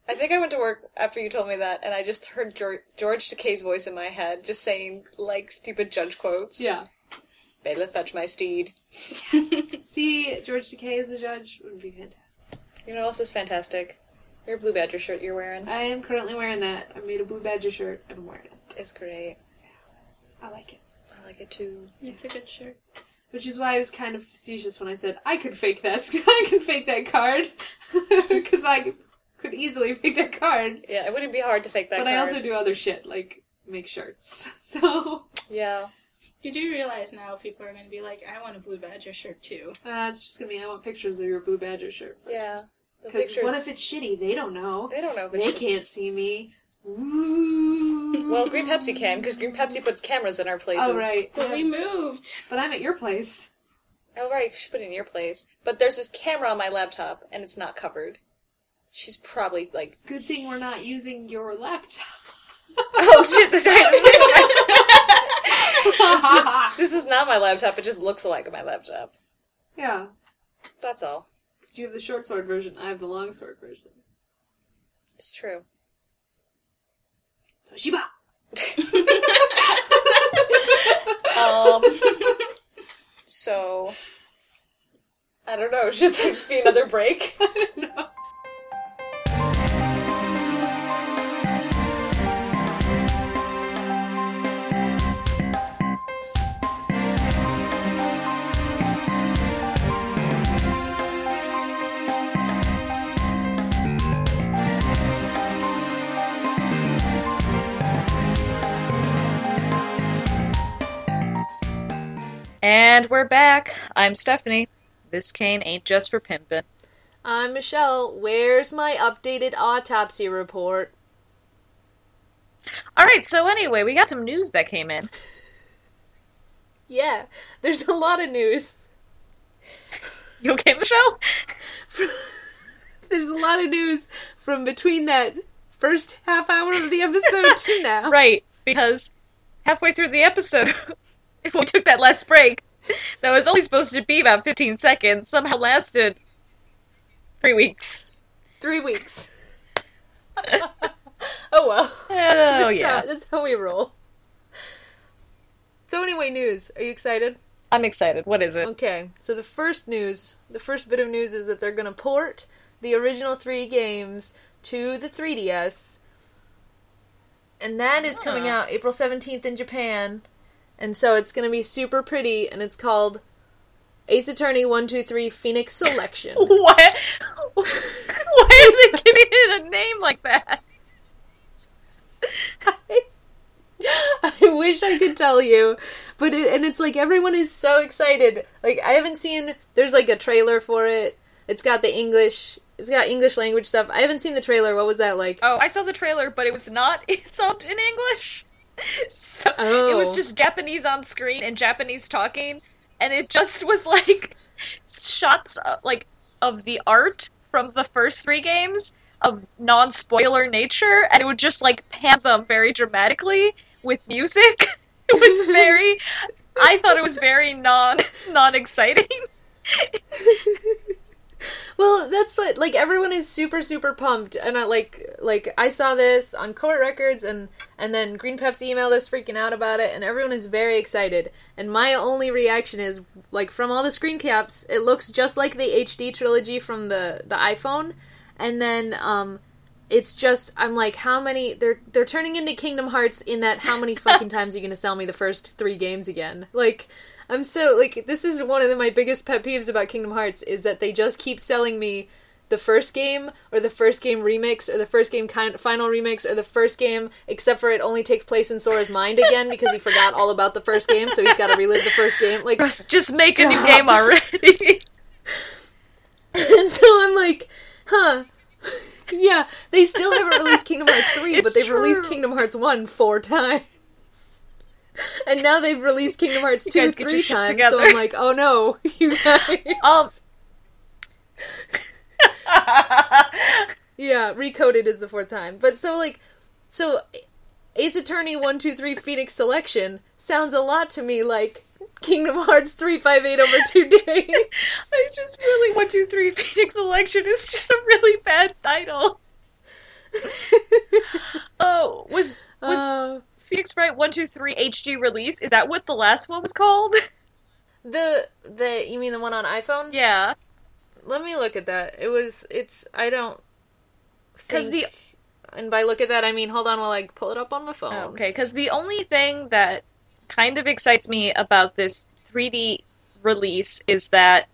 [SPEAKER 1] I think I went to work after you told me that, and I just heard George, George Takei's voice in my head, just saying like stupid judge quotes.
[SPEAKER 2] Yeah.
[SPEAKER 1] bailiff, fetch my steed.
[SPEAKER 2] Yes. See, George Decay as the judge would be fantastic.
[SPEAKER 1] You know what else is fantastic? Your blue badger shirt you're wearing
[SPEAKER 2] I am currently wearing that. I made a blue badger shirt. and I'm wearing it.
[SPEAKER 1] is great.
[SPEAKER 2] I like it.
[SPEAKER 1] I like it too.
[SPEAKER 3] It's a good shirt.
[SPEAKER 2] Which is why I was kind of facetious when I said I could fake that. I could fake that card because I could easily fake that card.
[SPEAKER 1] Yeah, it wouldn't be hard to fake that.
[SPEAKER 2] but I also do other shit like make shirts. So
[SPEAKER 1] yeah,
[SPEAKER 3] You do realize now people are going to be like, I want a blue badger shirt too.
[SPEAKER 2] uh, it's just gonna be I want pictures of your blue badger shirt. First.
[SPEAKER 1] yeah. The
[SPEAKER 2] Because
[SPEAKER 1] pictures.
[SPEAKER 2] what if it's shitty? They don't know.
[SPEAKER 1] they don't know? if it's
[SPEAKER 2] They can't see me. Ooh.
[SPEAKER 1] Well, Green Pepsi can because Green Pepsi puts cameras in our places.
[SPEAKER 2] Oh right.
[SPEAKER 3] But we
[SPEAKER 2] Yeah.
[SPEAKER 3] moved.
[SPEAKER 2] But I'm at your place.
[SPEAKER 1] Oh right. You should put it in your place. But there's this camera on my laptop, and it's not covered. She's probably like,
[SPEAKER 2] Good thing we're not using your laptop.
[SPEAKER 1] oh shit, this is, this is not my laptop. It just looks like my laptop.
[SPEAKER 2] yeah.
[SPEAKER 1] That's all.
[SPEAKER 2] Because you have the short sword version. I have the long sword version.
[SPEAKER 1] It's true.
[SPEAKER 2] Toshiba.
[SPEAKER 1] Um, so, I don't know. Should there just be another break?
[SPEAKER 2] no.
[SPEAKER 1] And we're back. I'm Stephanie. This cane ain't just for pimpin'.
[SPEAKER 2] I'm Michelle. Where's my updated autopsy report?
[SPEAKER 1] All right. So anyway, we got some news that came in.
[SPEAKER 2] Yeah, there's a lot of news.
[SPEAKER 1] You okay, Michelle?
[SPEAKER 2] There's a lot of news from between that first half hour of the episode to now.
[SPEAKER 1] Right, because halfway through the episode, when we took that last break, that was only supposed to be about 15 seconds, somehow lasted three weeks.
[SPEAKER 2] Three weeks. oh well.
[SPEAKER 1] Oh
[SPEAKER 2] That's
[SPEAKER 1] yeah,
[SPEAKER 2] how, that's how we roll. So anyway, news. Are you excited?
[SPEAKER 1] I'm excited. What is it?
[SPEAKER 2] Okay, so the first news, the first bit of news is that they're going to port the original three games to the 3DS. And that is coming
[SPEAKER 1] Ah.
[SPEAKER 2] out April 17th in Japan. And so it's going to be super pretty, and it's called Ace Attorney 123 Phoenix Selection.
[SPEAKER 1] What? Oh. Why are they giving it a name like that?
[SPEAKER 2] I wish I could tell you, but it, and it's like everyone is so excited. Like I haven't seen. There's like a trailer for it. It's got the English. It's got English language stuff. I haven't seen the trailer. What was that like?
[SPEAKER 1] Oh, I saw the trailer, but it was not it's all in English. So it
[SPEAKER 2] Oh.
[SPEAKER 1] was just Japanese on screen and Japanese talking, and it just was like shots of, like of the art from the first three games of non-spoiler nature, and it would just like pan them very dramatically with music. It was very. I thought it was very non non exciting.
[SPEAKER 2] Well, that's what like everyone is super super pumped, and I like like I saw this on Court Records, and
[SPEAKER 4] And then Green Pep's emailed us freaking out about it, and everyone is very excited. And my only reaction is, like, from all the screen caps, it looks just like the HD trilogy from the, the iPhone. And then, um, it's just I'm like, how many they're they're turning into Kingdom Hearts in that how many fucking times are you gonna sell me the first three games again? Like I'm so like this is one of the, my biggest pet peeves about Kingdom Hearts is that they just keep selling me the first game or the first game remix or the first game kind final remix or the first game except for it only takes place in Sora's mind again because he forgot all about the first game so he's got to relive the first game like
[SPEAKER 1] Just, just make a new game already.
[SPEAKER 4] and so I'm like, huh. yeah, they still haven't released Kingdom Hearts 3, but
[SPEAKER 1] It's
[SPEAKER 4] they've released
[SPEAKER 1] true.
[SPEAKER 4] Kingdom Hearts 1 four times. And now they've released Kingdom Hearts
[SPEAKER 1] You
[SPEAKER 4] 2
[SPEAKER 1] guys get your
[SPEAKER 4] three
[SPEAKER 1] shit
[SPEAKER 4] times, so
[SPEAKER 1] together.
[SPEAKER 4] I'm like, oh no, you guys.
[SPEAKER 1] um.
[SPEAKER 4] Yeah, recoded is the fourth time. But so, like, so Ace Attorney 123 Phoenix Selection sounds a lot to me like Kingdom Hearts 358 over two days.
[SPEAKER 1] I just really one two three Phoenix election is just a really bad title. Oh, was was
[SPEAKER 4] Uh,
[SPEAKER 1] Phoenix Wright one two three HD release? Is that what the last one was called?
[SPEAKER 4] the, the, you mean the one on iPhone?
[SPEAKER 1] yeah,
[SPEAKER 4] Let me look at that. It was. It's. I don't.
[SPEAKER 1] because the
[SPEAKER 4] think- and by look at that I mean hold on while I pull it up on my phone.
[SPEAKER 1] Oh, okay, because the only thing that kind of excites me about this 3D release is that,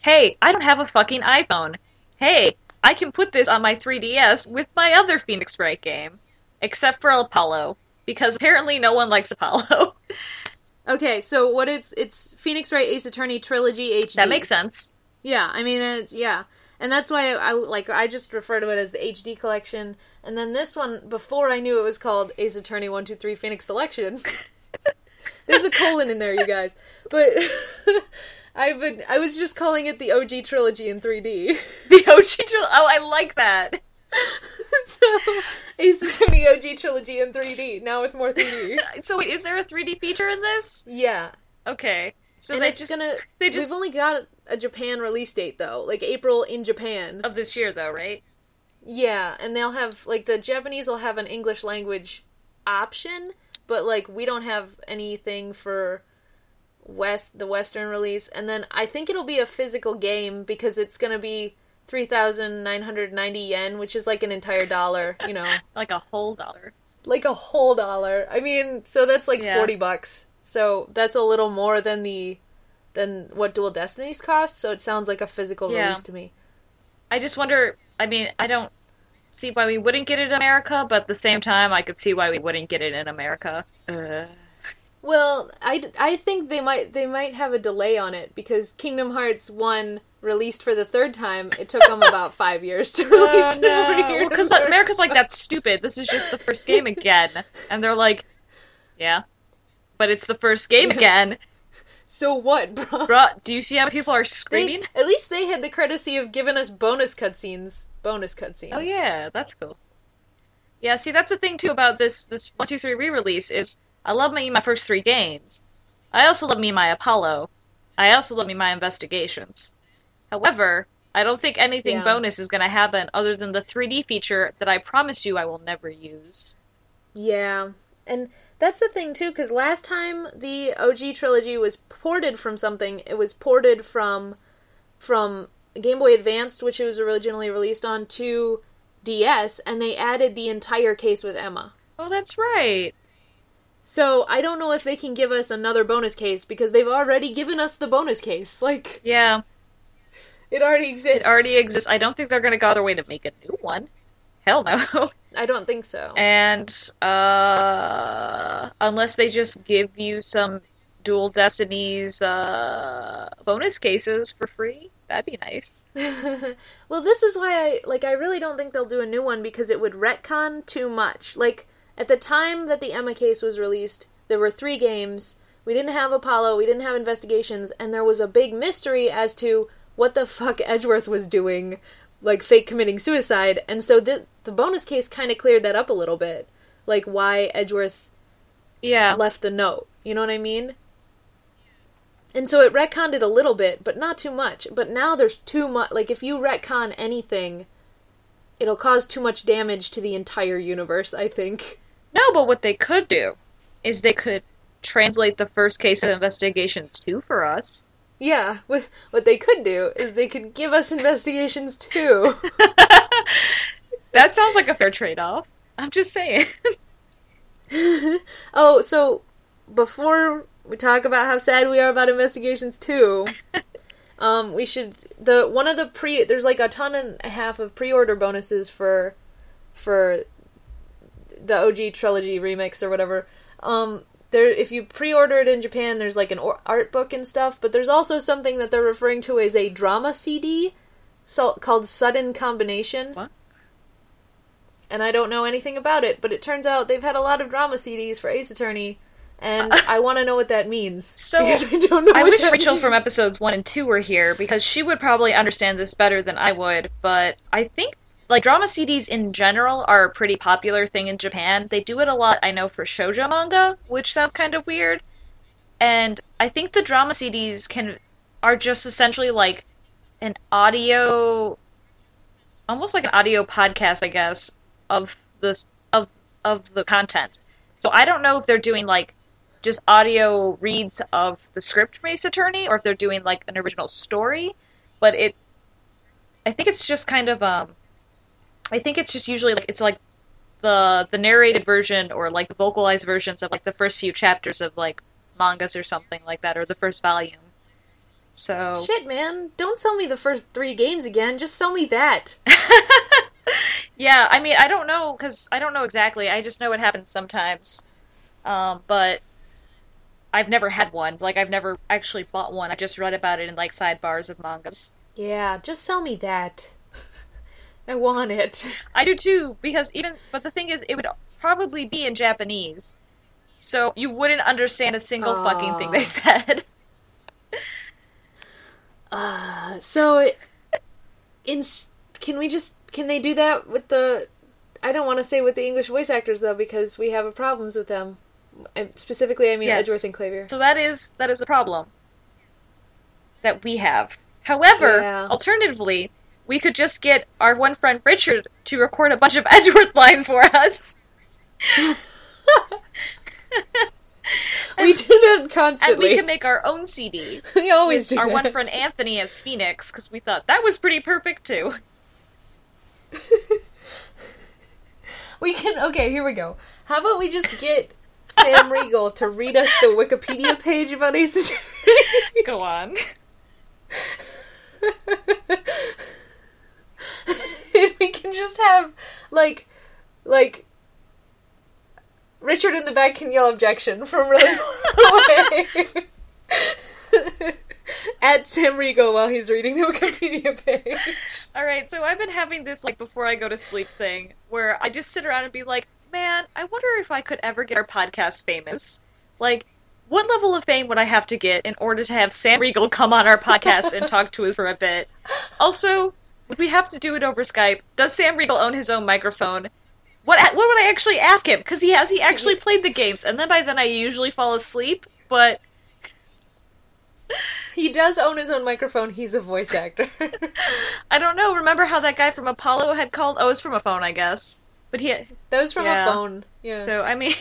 [SPEAKER 1] hey, I don't have a fucking iPhone. Hey, I can put this on my 3DS with my other Phoenix Wright game, except for Apollo, because apparently no one likes Apollo.
[SPEAKER 4] Okay. So what it's it's Phoenix Wright Ace Attorney trilogy HD.
[SPEAKER 1] that makes sense.
[SPEAKER 4] Yeah. I mean it's yeah, and that's why I, I like I just refer to it as the HD collection, and then this one before I knew it was called Ace Attorney One Two Three Phoenix Selection. There's a colon in there, you guys. But I've been I was just calling it the OG trilogy in 3D.
[SPEAKER 1] The OG. Jewel- Oh, I like that.
[SPEAKER 4] so Ace Attorney OG trilogy in 3D now with more 3D.
[SPEAKER 1] So, wait, is there a 3D feature in this?
[SPEAKER 4] Yeah,
[SPEAKER 1] Okay. So
[SPEAKER 4] and
[SPEAKER 1] they
[SPEAKER 4] it's
[SPEAKER 1] just
[SPEAKER 4] gonna.
[SPEAKER 1] they just
[SPEAKER 4] We've only got a Japan release date though, like April in Japan.
[SPEAKER 1] of this year though, right?
[SPEAKER 4] Yeah, and they'll have like the Japanese will have an English language option, but like we don't have anything for west the Western release. And then I think it'll be a physical game because it's gonna be three thousand nine hundred ninety yen, which is like an entire dollar, you know,
[SPEAKER 1] Like a whole dollar.
[SPEAKER 4] like a whole dollar. I mean, so that's like
[SPEAKER 1] Yeah.
[SPEAKER 4] forty bucks. So that's a little more than the than what Dual Destinies cost. So it sounds like a physical
[SPEAKER 1] Yeah.
[SPEAKER 4] release to me.
[SPEAKER 1] I just wonder. I mean, I don't see why we wouldn't get it in America, but at the same time, I could see why we wouldn't get it in America. Uh,
[SPEAKER 4] Well, I, I think they might they might have a delay on it because Kingdom Hearts one released for the third time. It took them about five years to release it over here.
[SPEAKER 1] oh, because
[SPEAKER 4] in America.
[SPEAKER 1] America's like that's stupid. This is just the first game again, and they're like, yeah, but it's the first game again.
[SPEAKER 4] so what, bro?
[SPEAKER 1] Bruh, do you see how people are
[SPEAKER 4] They,
[SPEAKER 1] screaming?
[SPEAKER 4] at least they had the courtesy of giving us bonus cutscenes. Bonus cutscenes.
[SPEAKER 1] Oh yeah, that's cool. Yeah, see, that's the thing too about this this one two three re-release is I love me my first three games. I also love me my Apollo. I also love me my investigations. However, I don't think anything
[SPEAKER 4] Yeah.
[SPEAKER 1] bonus is going to happen other than the 3D feature that I promise you I will never use.
[SPEAKER 4] Yeah. And that's the thing too cuz last time the OG trilogy was ported from something, it was ported from from Game Boy Advanced, which it was originally released on to DS and they added the entire case with Emma.
[SPEAKER 1] Oh, that's right.
[SPEAKER 4] So, I don't know if they can give us another bonus case because they've already given us the bonus case. Like
[SPEAKER 1] Yeah,
[SPEAKER 4] it already exists.
[SPEAKER 1] it already exists. I don't think they're going to go their way to make a new one. Hell no.
[SPEAKER 4] I don't think so.
[SPEAKER 1] and uh, unless they just give you some dual destinies uh, bonus cases for free that'd be nice
[SPEAKER 4] well, this is why I like I really don't think they'll do a new one because it would retcon too much. Like at the time that the Emma case was released, there were 3 games. We didn't have Apollo, we didn't have Investigations, and there was a big mystery as to what the fuck Edgeworth was doing, like fake committing suicide. And so the the bonus case kind of cleared that up a little bit. Like why Edgeworth
[SPEAKER 1] yeah
[SPEAKER 4] left the note. You know what I mean? And so it retconned it a little bit, but not too much. But now there's too much. Like, if you retcon anything, it'll cause too much damage to the entire universe, I think.
[SPEAKER 1] No, but what they could do is they could translate the first case of investigations two for us.
[SPEAKER 4] Yeah, what what they could do is they could give us investigations too.
[SPEAKER 1] that sounds like a fair trade off. I'm just saying.
[SPEAKER 4] oh, so before we talk about how sad we are about investigations too, um, we should the one of the pre there's like a ton and a half of pre order bonuses for for the OG trilogy remix or whatever. Um, there if you pre-order it in Japan, there's like an or- art book and stuff, but there's also something that they're referring to as a drama CD, so- called Sudden Combination.
[SPEAKER 1] What?
[SPEAKER 4] And I don't know anything about it, but it turns out they've had a lot of drama CDs for Ace Attorney, and I want to know what that means.
[SPEAKER 1] So,
[SPEAKER 4] because I don't know.
[SPEAKER 1] I
[SPEAKER 4] what
[SPEAKER 1] wish
[SPEAKER 4] that
[SPEAKER 1] Rachel
[SPEAKER 4] means.
[SPEAKER 1] from episodes one and two were here because she would probably understand this better than I would. But I think like drama CDs in general are a pretty popular thing in Japan. They do it a lot, I know, for shoujo manga, which sounds kind of weird. And I think the drama CDs can are just essentially like an audio, almost like an audio podcast, I guess, of this of of the content. So I don't know if they're doing like just audio reads of the script from Ace Attorney, or if they're doing like an original story. But it, I think it's just kind of um, I think it's just usually like it's like the the narrated version or like the vocalized versions of like the first few chapters of like mangas or something like that, or the first volume. So
[SPEAKER 4] Shit, man! Don't sell me the first three games again. Just sell me that.
[SPEAKER 1] yeah, I mean, I don't know because I don't know exactly. I just know it happens sometimes, um, but I've never had one. Like, I've never actually bought one. I just read about it in like sidebars of mangas.
[SPEAKER 4] yeah, just sell me that. I want it.
[SPEAKER 1] I do too because even but the thing is, it would probably be in Japanese, so you wouldn't understand a single fucking thing they said.
[SPEAKER 4] Uh, so, in can we just can they do that with the? I don't want to say with the English voice actors though, because we have problems with them. I, specifically, I mean
[SPEAKER 1] Yes.
[SPEAKER 4] Edgeworth and Clavier.
[SPEAKER 1] So that is that is a problem that we have. However,
[SPEAKER 4] Yeah.
[SPEAKER 1] alternatively, we could just get our one friend Richard to record a bunch of Edgeworth lines for us.
[SPEAKER 4] we do that
[SPEAKER 1] And
[SPEAKER 4] constantly.
[SPEAKER 1] we
[SPEAKER 4] We,
[SPEAKER 1] can make our own CD.
[SPEAKER 4] always do.
[SPEAKER 1] Our
[SPEAKER 4] that.
[SPEAKER 1] one friend Anthony as Phoenix, because we thought that was pretty perfect too.
[SPEAKER 4] We can. Okay, here we go. How about we just get Sam Riegel to read us the Wikipedia page about Ace Attorney?
[SPEAKER 1] Go on.
[SPEAKER 4] we can just have like like Richard in the back can yell objection from really far away. At Sam Riegel while he's reading the Wikipedia page.
[SPEAKER 1] All right, so I've been having this like before I go to sleep thing where I just sit around and be like, man, I wonder if I could ever get our podcast famous. Like, what level of fame would I have to get in order to have Sam Riegel come on our podcast and talk to us for a bit? Also, would we have to do it over Skype? Does Sam Riegel own his own microphone? What what would I actually ask him? Because he has he actually played the games, and then by then I usually fall asleep. But
[SPEAKER 4] He does own his own microphone, he's a voice actor.
[SPEAKER 1] I don't know. Remember how that guy from Apollo had called? Oh, it was from a phone, I guess. But he
[SPEAKER 4] that was from
[SPEAKER 1] Yeah.
[SPEAKER 4] a phone. Yeah.
[SPEAKER 1] So I mean,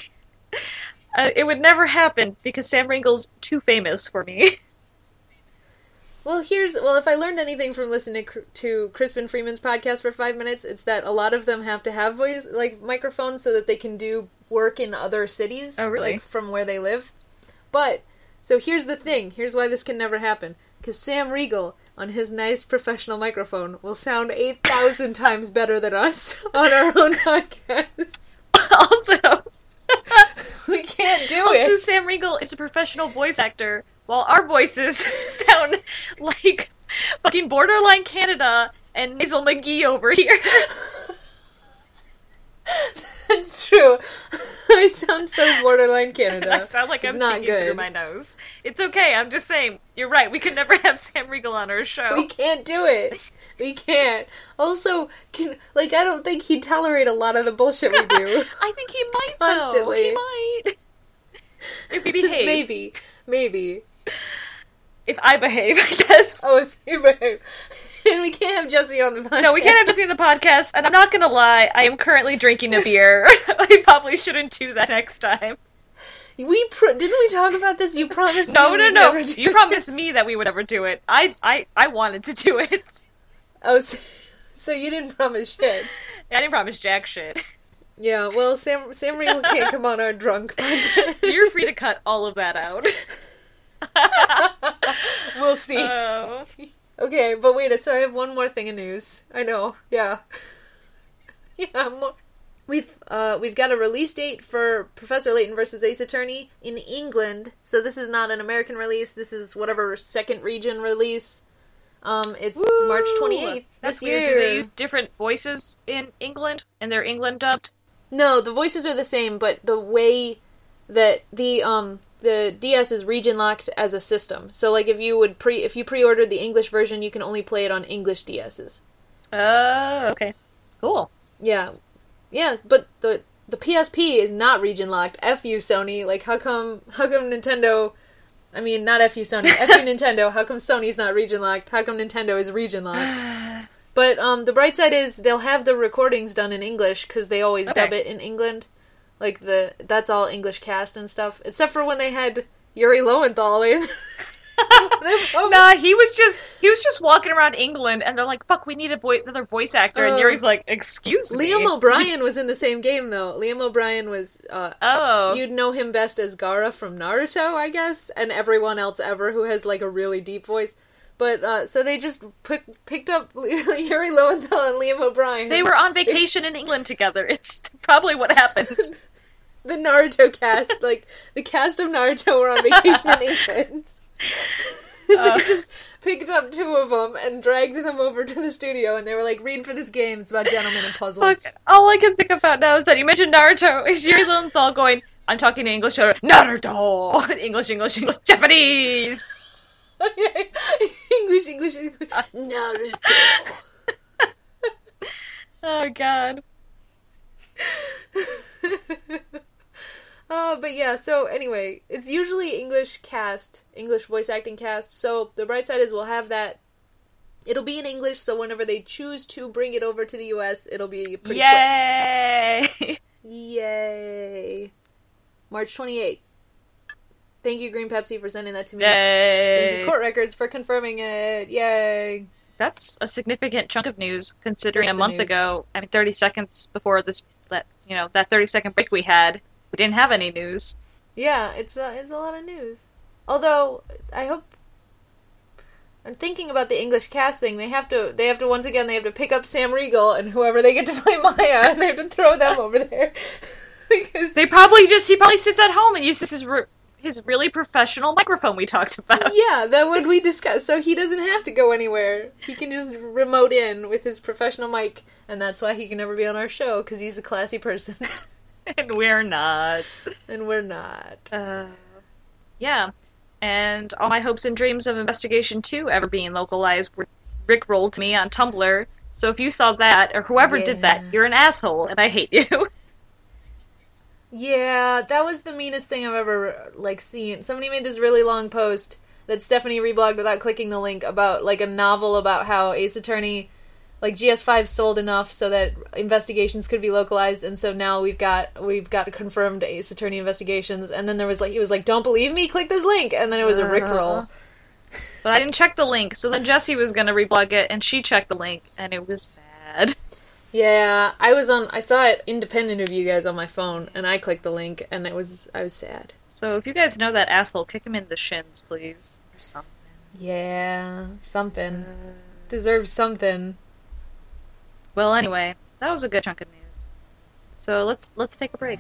[SPEAKER 1] uh, it would never happen because Sam Ringel's too famous for me.
[SPEAKER 4] Well, here's well. If I learned anything from listening to, Cr- to Crispin Freeman's podcast for five minutes, it's that a lot of them have to have voice like microphones so that they can do work in other cities,
[SPEAKER 1] Oh, really?
[SPEAKER 4] like from where they live. But so here's the thing. Here's why this can never happen. Because Sam Riegel on his nice professional microphone will sound eight thousand times better than us on our own podcast.
[SPEAKER 1] also,
[SPEAKER 4] We can't do
[SPEAKER 1] also
[SPEAKER 4] it.
[SPEAKER 1] Sam Riegel is a professional voice actor, while our voices sound like fucking borderline Canada and Hazel McGee over here.
[SPEAKER 4] That's true. I sound so
[SPEAKER 1] and
[SPEAKER 4] borderline
[SPEAKER 1] I
[SPEAKER 4] Canada.
[SPEAKER 1] sound like I'm
[SPEAKER 4] It's not
[SPEAKER 1] speaking through
[SPEAKER 4] good.
[SPEAKER 1] my nose. It's okay. I'm just saying. You're right. We could never have Sam Riegel on our show.
[SPEAKER 4] We can't do it. We can't. Also, can like I don't think he'd tolerate a lot of the bullshit we do.
[SPEAKER 1] I think he might
[SPEAKER 4] Constantly.
[SPEAKER 1] though. He might. If we behave.
[SPEAKER 4] maybe, maybe.
[SPEAKER 1] If I behave, I guess.
[SPEAKER 4] Oh, if you behave. and we can't have Jesse on the podcast.
[SPEAKER 1] No, we can't have Jesse on the podcast, and I'm not gonna lie, I am currently drinking a beer. I probably shouldn't do that next time.
[SPEAKER 4] We pro- didn't we talk about this? You promised.
[SPEAKER 1] No,
[SPEAKER 4] me
[SPEAKER 1] no,
[SPEAKER 4] we'd
[SPEAKER 1] no.
[SPEAKER 4] never do
[SPEAKER 1] You promised
[SPEAKER 4] this.
[SPEAKER 1] me that we would ever do it. I, I, I wanted to do it.
[SPEAKER 4] Oh, so, so you didn't promise shit.
[SPEAKER 1] I didn't promise jack shit.
[SPEAKER 4] Yeah. Well, Sam Sam Riegel can't come on our drunk podcast.
[SPEAKER 1] You're free to cut all of that out.
[SPEAKER 4] we'll see.
[SPEAKER 1] Oh.
[SPEAKER 4] Uh, okay, but wait. So I have one more thing in news. I know. Yeah. yeah. More. We've uh we've got a release date for Professor Layton versus Ace Attorney in England. So this is not an American release. This is whatever second region release. Um, it's
[SPEAKER 1] Woo!
[SPEAKER 4] March twenty eighth.
[SPEAKER 1] That's
[SPEAKER 4] this
[SPEAKER 1] weird.
[SPEAKER 4] Year.
[SPEAKER 1] Do they use different voices in England and they're England dubbed?
[SPEAKER 4] No, the voices are the same, but the way that the um the DS is region locked as a system. So like if you would pre if you pre-ordered the English version, you can only play it on English DSs.
[SPEAKER 1] Oh, okay. Cool.
[SPEAKER 4] Yeah. Yeah, but the the PSP is not region locked. F you Sony. Like how come how come Nintendo I mean not F you Sony, F you Nintendo, how come Sony's not region locked? How come Nintendo is region locked? But um the bright side is they'll have the recordings done in English cuz they always dub
[SPEAKER 1] Okay.
[SPEAKER 4] it in England. Like the that's all English cast and stuff, except for when they had Yuri Lowenthal in. Oh,
[SPEAKER 1] Nah, he was just he was just walking around England, and they're like, "Fuck, we need a vo- another voice actor."
[SPEAKER 4] Oh.
[SPEAKER 1] and Yuri's like, "Excuse me,
[SPEAKER 4] Liam O'Brien was in the same game though. Liam O'Brien was uh,
[SPEAKER 1] Oh,
[SPEAKER 4] You'd know him best as Gara from Naruto, I guess, and everyone else ever who has like a really deep voice. But uh, so they just pick, picked up Yuri Lowenthal and Liam O'Brien.
[SPEAKER 1] they were on vacation in England together. It's probably what happened.
[SPEAKER 4] the Naruto cast, like the cast of Naruto were on vacation in England.
[SPEAKER 1] Uh.
[SPEAKER 4] they just picked up two of them and dragged them over to the studio, and they were like, "Read for this game. It's about gentlemen and puzzles."
[SPEAKER 1] Fuck. All I can think about now is that you mentioned Naruto. Is Yuri Lowenthal going? I'm talking in English or Naruto? English, English, English, Japanese.
[SPEAKER 4] English, English, English.
[SPEAKER 1] Uh.
[SPEAKER 4] Naruto.
[SPEAKER 1] Oh God.
[SPEAKER 4] Uh, but yeah, so anyway, it's usually English cast, English voice acting cast, so the bright side is we'll have that. It'll be in English, so whenever they choose to bring it over to the US, it'll be pretty
[SPEAKER 1] Yay!
[SPEAKER 4] quick. Yay. March 28th. Thank you, Green Pepsi, for sending that to me. Thank you,
[SPEAKER 1] Yay!
[SPEAKER 4] Court Records, for confirming it. Yay.
[SPEAKER 1] That's a significant chunk of news, considering
[SPEAKER 4] That's
[SPEAKER 1] a
[SPEAKER 4] the
[SPEAKER 1] month
[SPEAKER 4] news.
[SPEAKER 1] ago. I mean, 30 seconds before this, that you know, that 30 second break we had, we didn't have any news.
[SPEAKER 4] Yeah, it's uh, it's a lot of news. Although I hope I'm thinking about the English cast thing. They have to they have to once again they have to pick up Sam Riegel and whoever they get to play Maya and they have to throw them over there because
[SPEAKER 1] They probably just he probably sits at home and uses his re- his really professional microphone we talked about.
[SPEAKER 4] yeah, that would we discussed. So he doesn't have to go anywhere. He can just remote in with his professional mic, and that's why he can never be on our show because he's a classy person,
[SPEAKER 1] and we're not.
[SPEAKER 4] and we're not.
[SPEAKER 1] Uh, yeah, and all my hopes and dreams of Investigation Two ever being localized were rickrolled to me on Tumblr. So if you saw that or whoever did that,
[SPEAKER 4] Yeah.
[SPEAKER 1] you're an asshole and I hate you.
[SPEAKER 4] Yeah, that was the meanest thing I've ever like seen. Somebody made this really long post that Stephanie reblogged without clicking the link about like a novel about how Ace Attorney like GS5 sold enough so that investigations could be localized and so now we've got we've got confirmed Ace Attorney investigations and then there was like he was like don't believe me click this link and then it was a rickroll.
[SPEAKER 1] But I didn't check the link, so then Jesse was gonna reblog it, and she checked the link, and it was sad.
[SPEAKER 4] Yeah, I was on I saw it independent of you guys on my phone and I clicked the link and it was I was sad.
[SPEAKER 1] So if you guys know that asshole, kick him in the shins, please, or something.
[SPEAKER 4] Yeah, something deserves something.
[SPEAKER 1] Well, anyway, that was a good chunk of news. So let's let's take a break.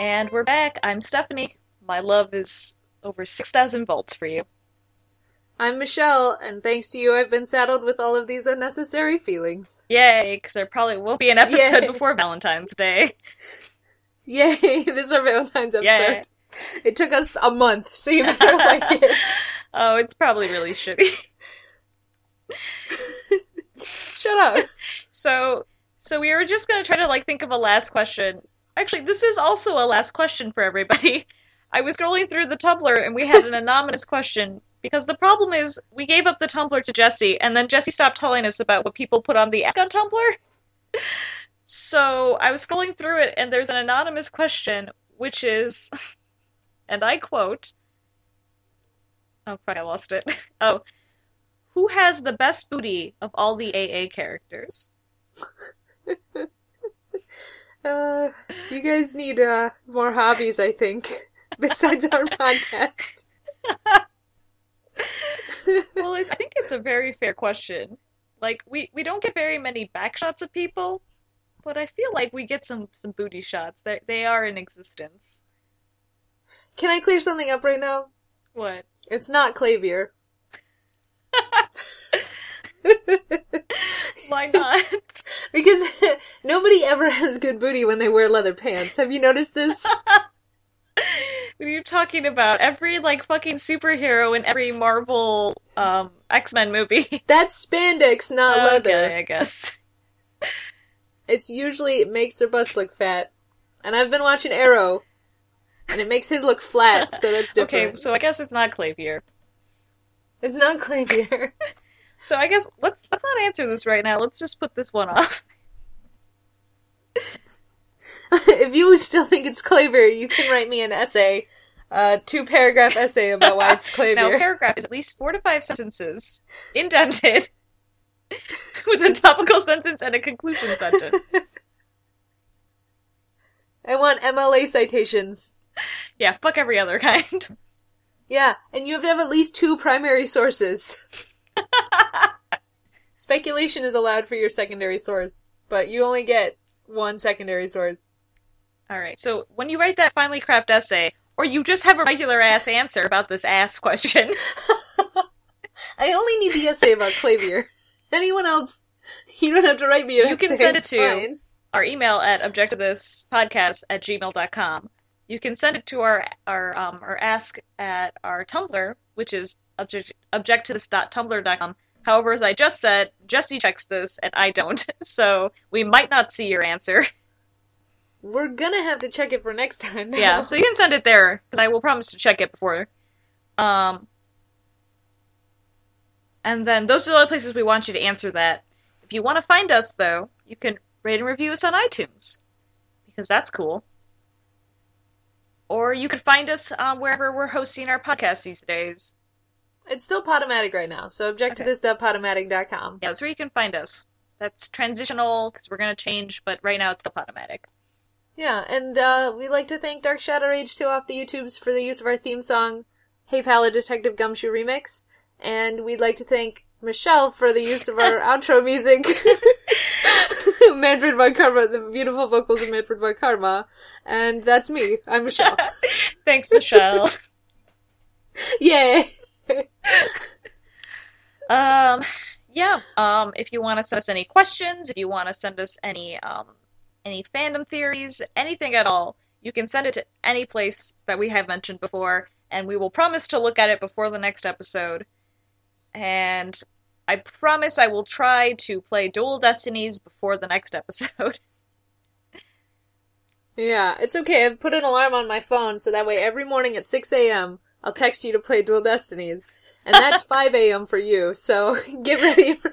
[SPEAKER 1] And we're back. I'm Stephanie. My love is over six thousand volts for you.
[SPEAKER 4] I'm Michelle, and thanks to you, I've been saddled with all of these unnecessary feelings.
[SPEAKER 1] Yay, because there probably will be an episode
[SPEAKER 4] Yay.
[SPEAKER 1] before Valentine's Day.
[SPEAKER 4] Yay! This is our Valentine's episode.
[SPEAKER 1] Yay.
[SPEAKER 4] It took us a month, so you better like it.
[SPEAKER 1] Oh, it's probably really shitty.
[SPEAKER 4] Shut up.
[SPEAKER 1] So, so we were just gonna try to like think of a last question. Actually, this is also a last question for everybody. I was scrolling through the Tumblr and we had an anonymous question because the problem is we gave up the Tumblr to Jesse and then Jesse stopped telling us about what people put on the ask on Tumblr. So I was scrolling through it and there's an anonymous question which is, and I quote, oh fuck, I lost it. Oh, who has the best booty of all the AA characters?
[SPEAKER 4] Uh, you guys need uh, more hobbies, I think, besides our podcast.
[SPEAKER 1] well, I think it's a very fair question. Like we we don't get very many back shots of people, but I feel like we get some some booty shots. They they are in existence.
[SPEAKER 4] Can I clear something up right now?
[SPEAKER 1] What?
[SPEAKER 4] It's not Clavier.
[SPEAKER 1] Why not?
[SPEAKER 4] Because nobody ever has good booty when they wear leather pants. Have you noticed this?
[SPEAKER 1] what are you talking about? Every like fucking superhero in every Marvel um X Men movie.
[SPEAKER 4] That's spandex, not
[SPEAKER 1] Okay,
[SPEAKER 4] leather.
[SPEAKER 1] I guess.
[SPEAKER 4] It's usually it makes their butts look fat. And I've been watching Arrow, and it makes his look flat, so that's different.
[SPEAKER 1] Okay, so I guess it's not Clavier.
[SPEAKER 4] It's not Clavier.
[SPEAKER 1] So I guess let's let's not answer this right now. Let's just put this one off.
[SPEAKER 4] if you still think it's Clavier, you can write me an essay, a two paragraph essay about why it's
[SPEAKER 1] Now, a
[SPEAKER 4] Clavier.
[SPEAKER 1] paragraph is at least four to five sentences, indented, with a topical sentence and a conclusion sentence.
[SPEAKER 4] I want MLA citations.
[SPEAKER 1] Yeah, fuck every other kind.
[SPEAKER 4] Yeah, and you have to have at least two primary sources. Speculation is allowed for your secondary source, but you only get one secondary source.
[SPEAKER 1] All right, so when you write that finely craft essay, or you just have a regular ass answer about this ass question,
[SPEAKER 4] I only need the essay about clavier. Anyone else, you don't have to write me an
[SPEAKER 1] You
[SPEAKER 4] essay.
[SPEAKER 1] can send it
[SPEAKER 4] it's
[SPEAKER 1] to-
[SPEAKER 4] fine.
[SPEAKER 1] our email at objectivethispodcast at gmail.com. You can send it to our our um or ask at our Tumblr, which is object objectivethis.tumblr.com. However, as I just said, Jesse checks this and I don't, so we might not see your answer.
[SPEAKER 4] We're gonna have to check it for next time. now.
[SPEAKER 1] Yeah, so you can send it there because I will promise to check it before. Um, and then those are the other places we want you to answer that. If you want to find us, though, you can rate and review us on iTunes because that's cool. Or you could find us um, wherever we're hosting our podcast these days.
[SPEAKER 4] It's still Potomatic right now, so object to
[SPEAKER 1] Okay.
[SPEAKER 4] this.potomatic.com.
[SPEAKER 1] Yeah, that's where you can find us. That's transitional because we're gonna change, but right now it's still automatic.
[SPEAKER 4] Yeah, and uh, we'd like to thank Dark Shadow Rage 2 off the YouTubes for the use of our theme song, Hey Pal, a Detective Gumshoe remix. And we'd like to thank Michelle for the use of our outro music, Manfred von Karma, the beautiful vocals of Manfred von Karma. And that's me. I'm Michelle.
[SPEAKER 1] Thanks, Michelle.
[SPEAKER 4] Yay!
[SPEAKER 1] Um, yeah. Um, if you want to send us any questions, if you want to send us any um, any fandom theories, anything at all, you can send it to any place that we have mentioned before, and we will promise to look at it before the next episode. And I promise I will try to play Dual Destinies before the next episode.
[SPEAKER 4] Yeah, it's okay. I've put an alarm on my phone so that way every morning at 6 a.m., I'll text you to play Dual Destinies. And that's 5 a.m. for you, so get ready. For...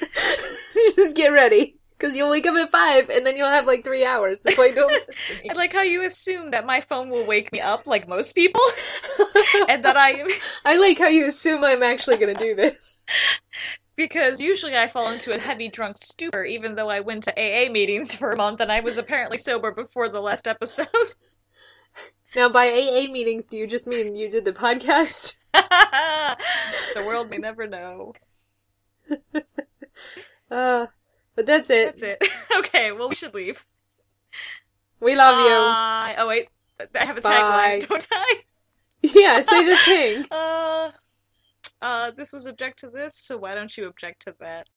[SPEAKER 4] Just get ready. Because you'll wake up at 5 and then you'll have like three hours to play Dual Destinies.
[SPEAKER 1] I like how you assume that my phone will wake me up, like most people, and that I am
[SPEAKER 4] I like how you assume I'm actually going to do this.
[SPEAKER 1] because usually I fall into a heavy drunk stupor, even though I went to AA meetings for a month and I was apparently sober before the last episode.
[SPEAKER 4] Now, by AA meetings, do you just mean you did the podcast?
[SPEAKER 1] the world may never know.
[SPEAKER 4] Uh, but that's it.
[SPEAKER 1] That's it. Okay, well, we should leave.
[SPEAKER 4] We love
[SPEAKER 1] Bye. Oh, wait. I have a
[SPEAKER 4] Bye.
[SPEAKER 1] tagline, don't I?
[SPEAKER 4] you. Yeah, say the thing.
[SPEAKER 1] Uh, uh, this was object to this, so why don't you object to that?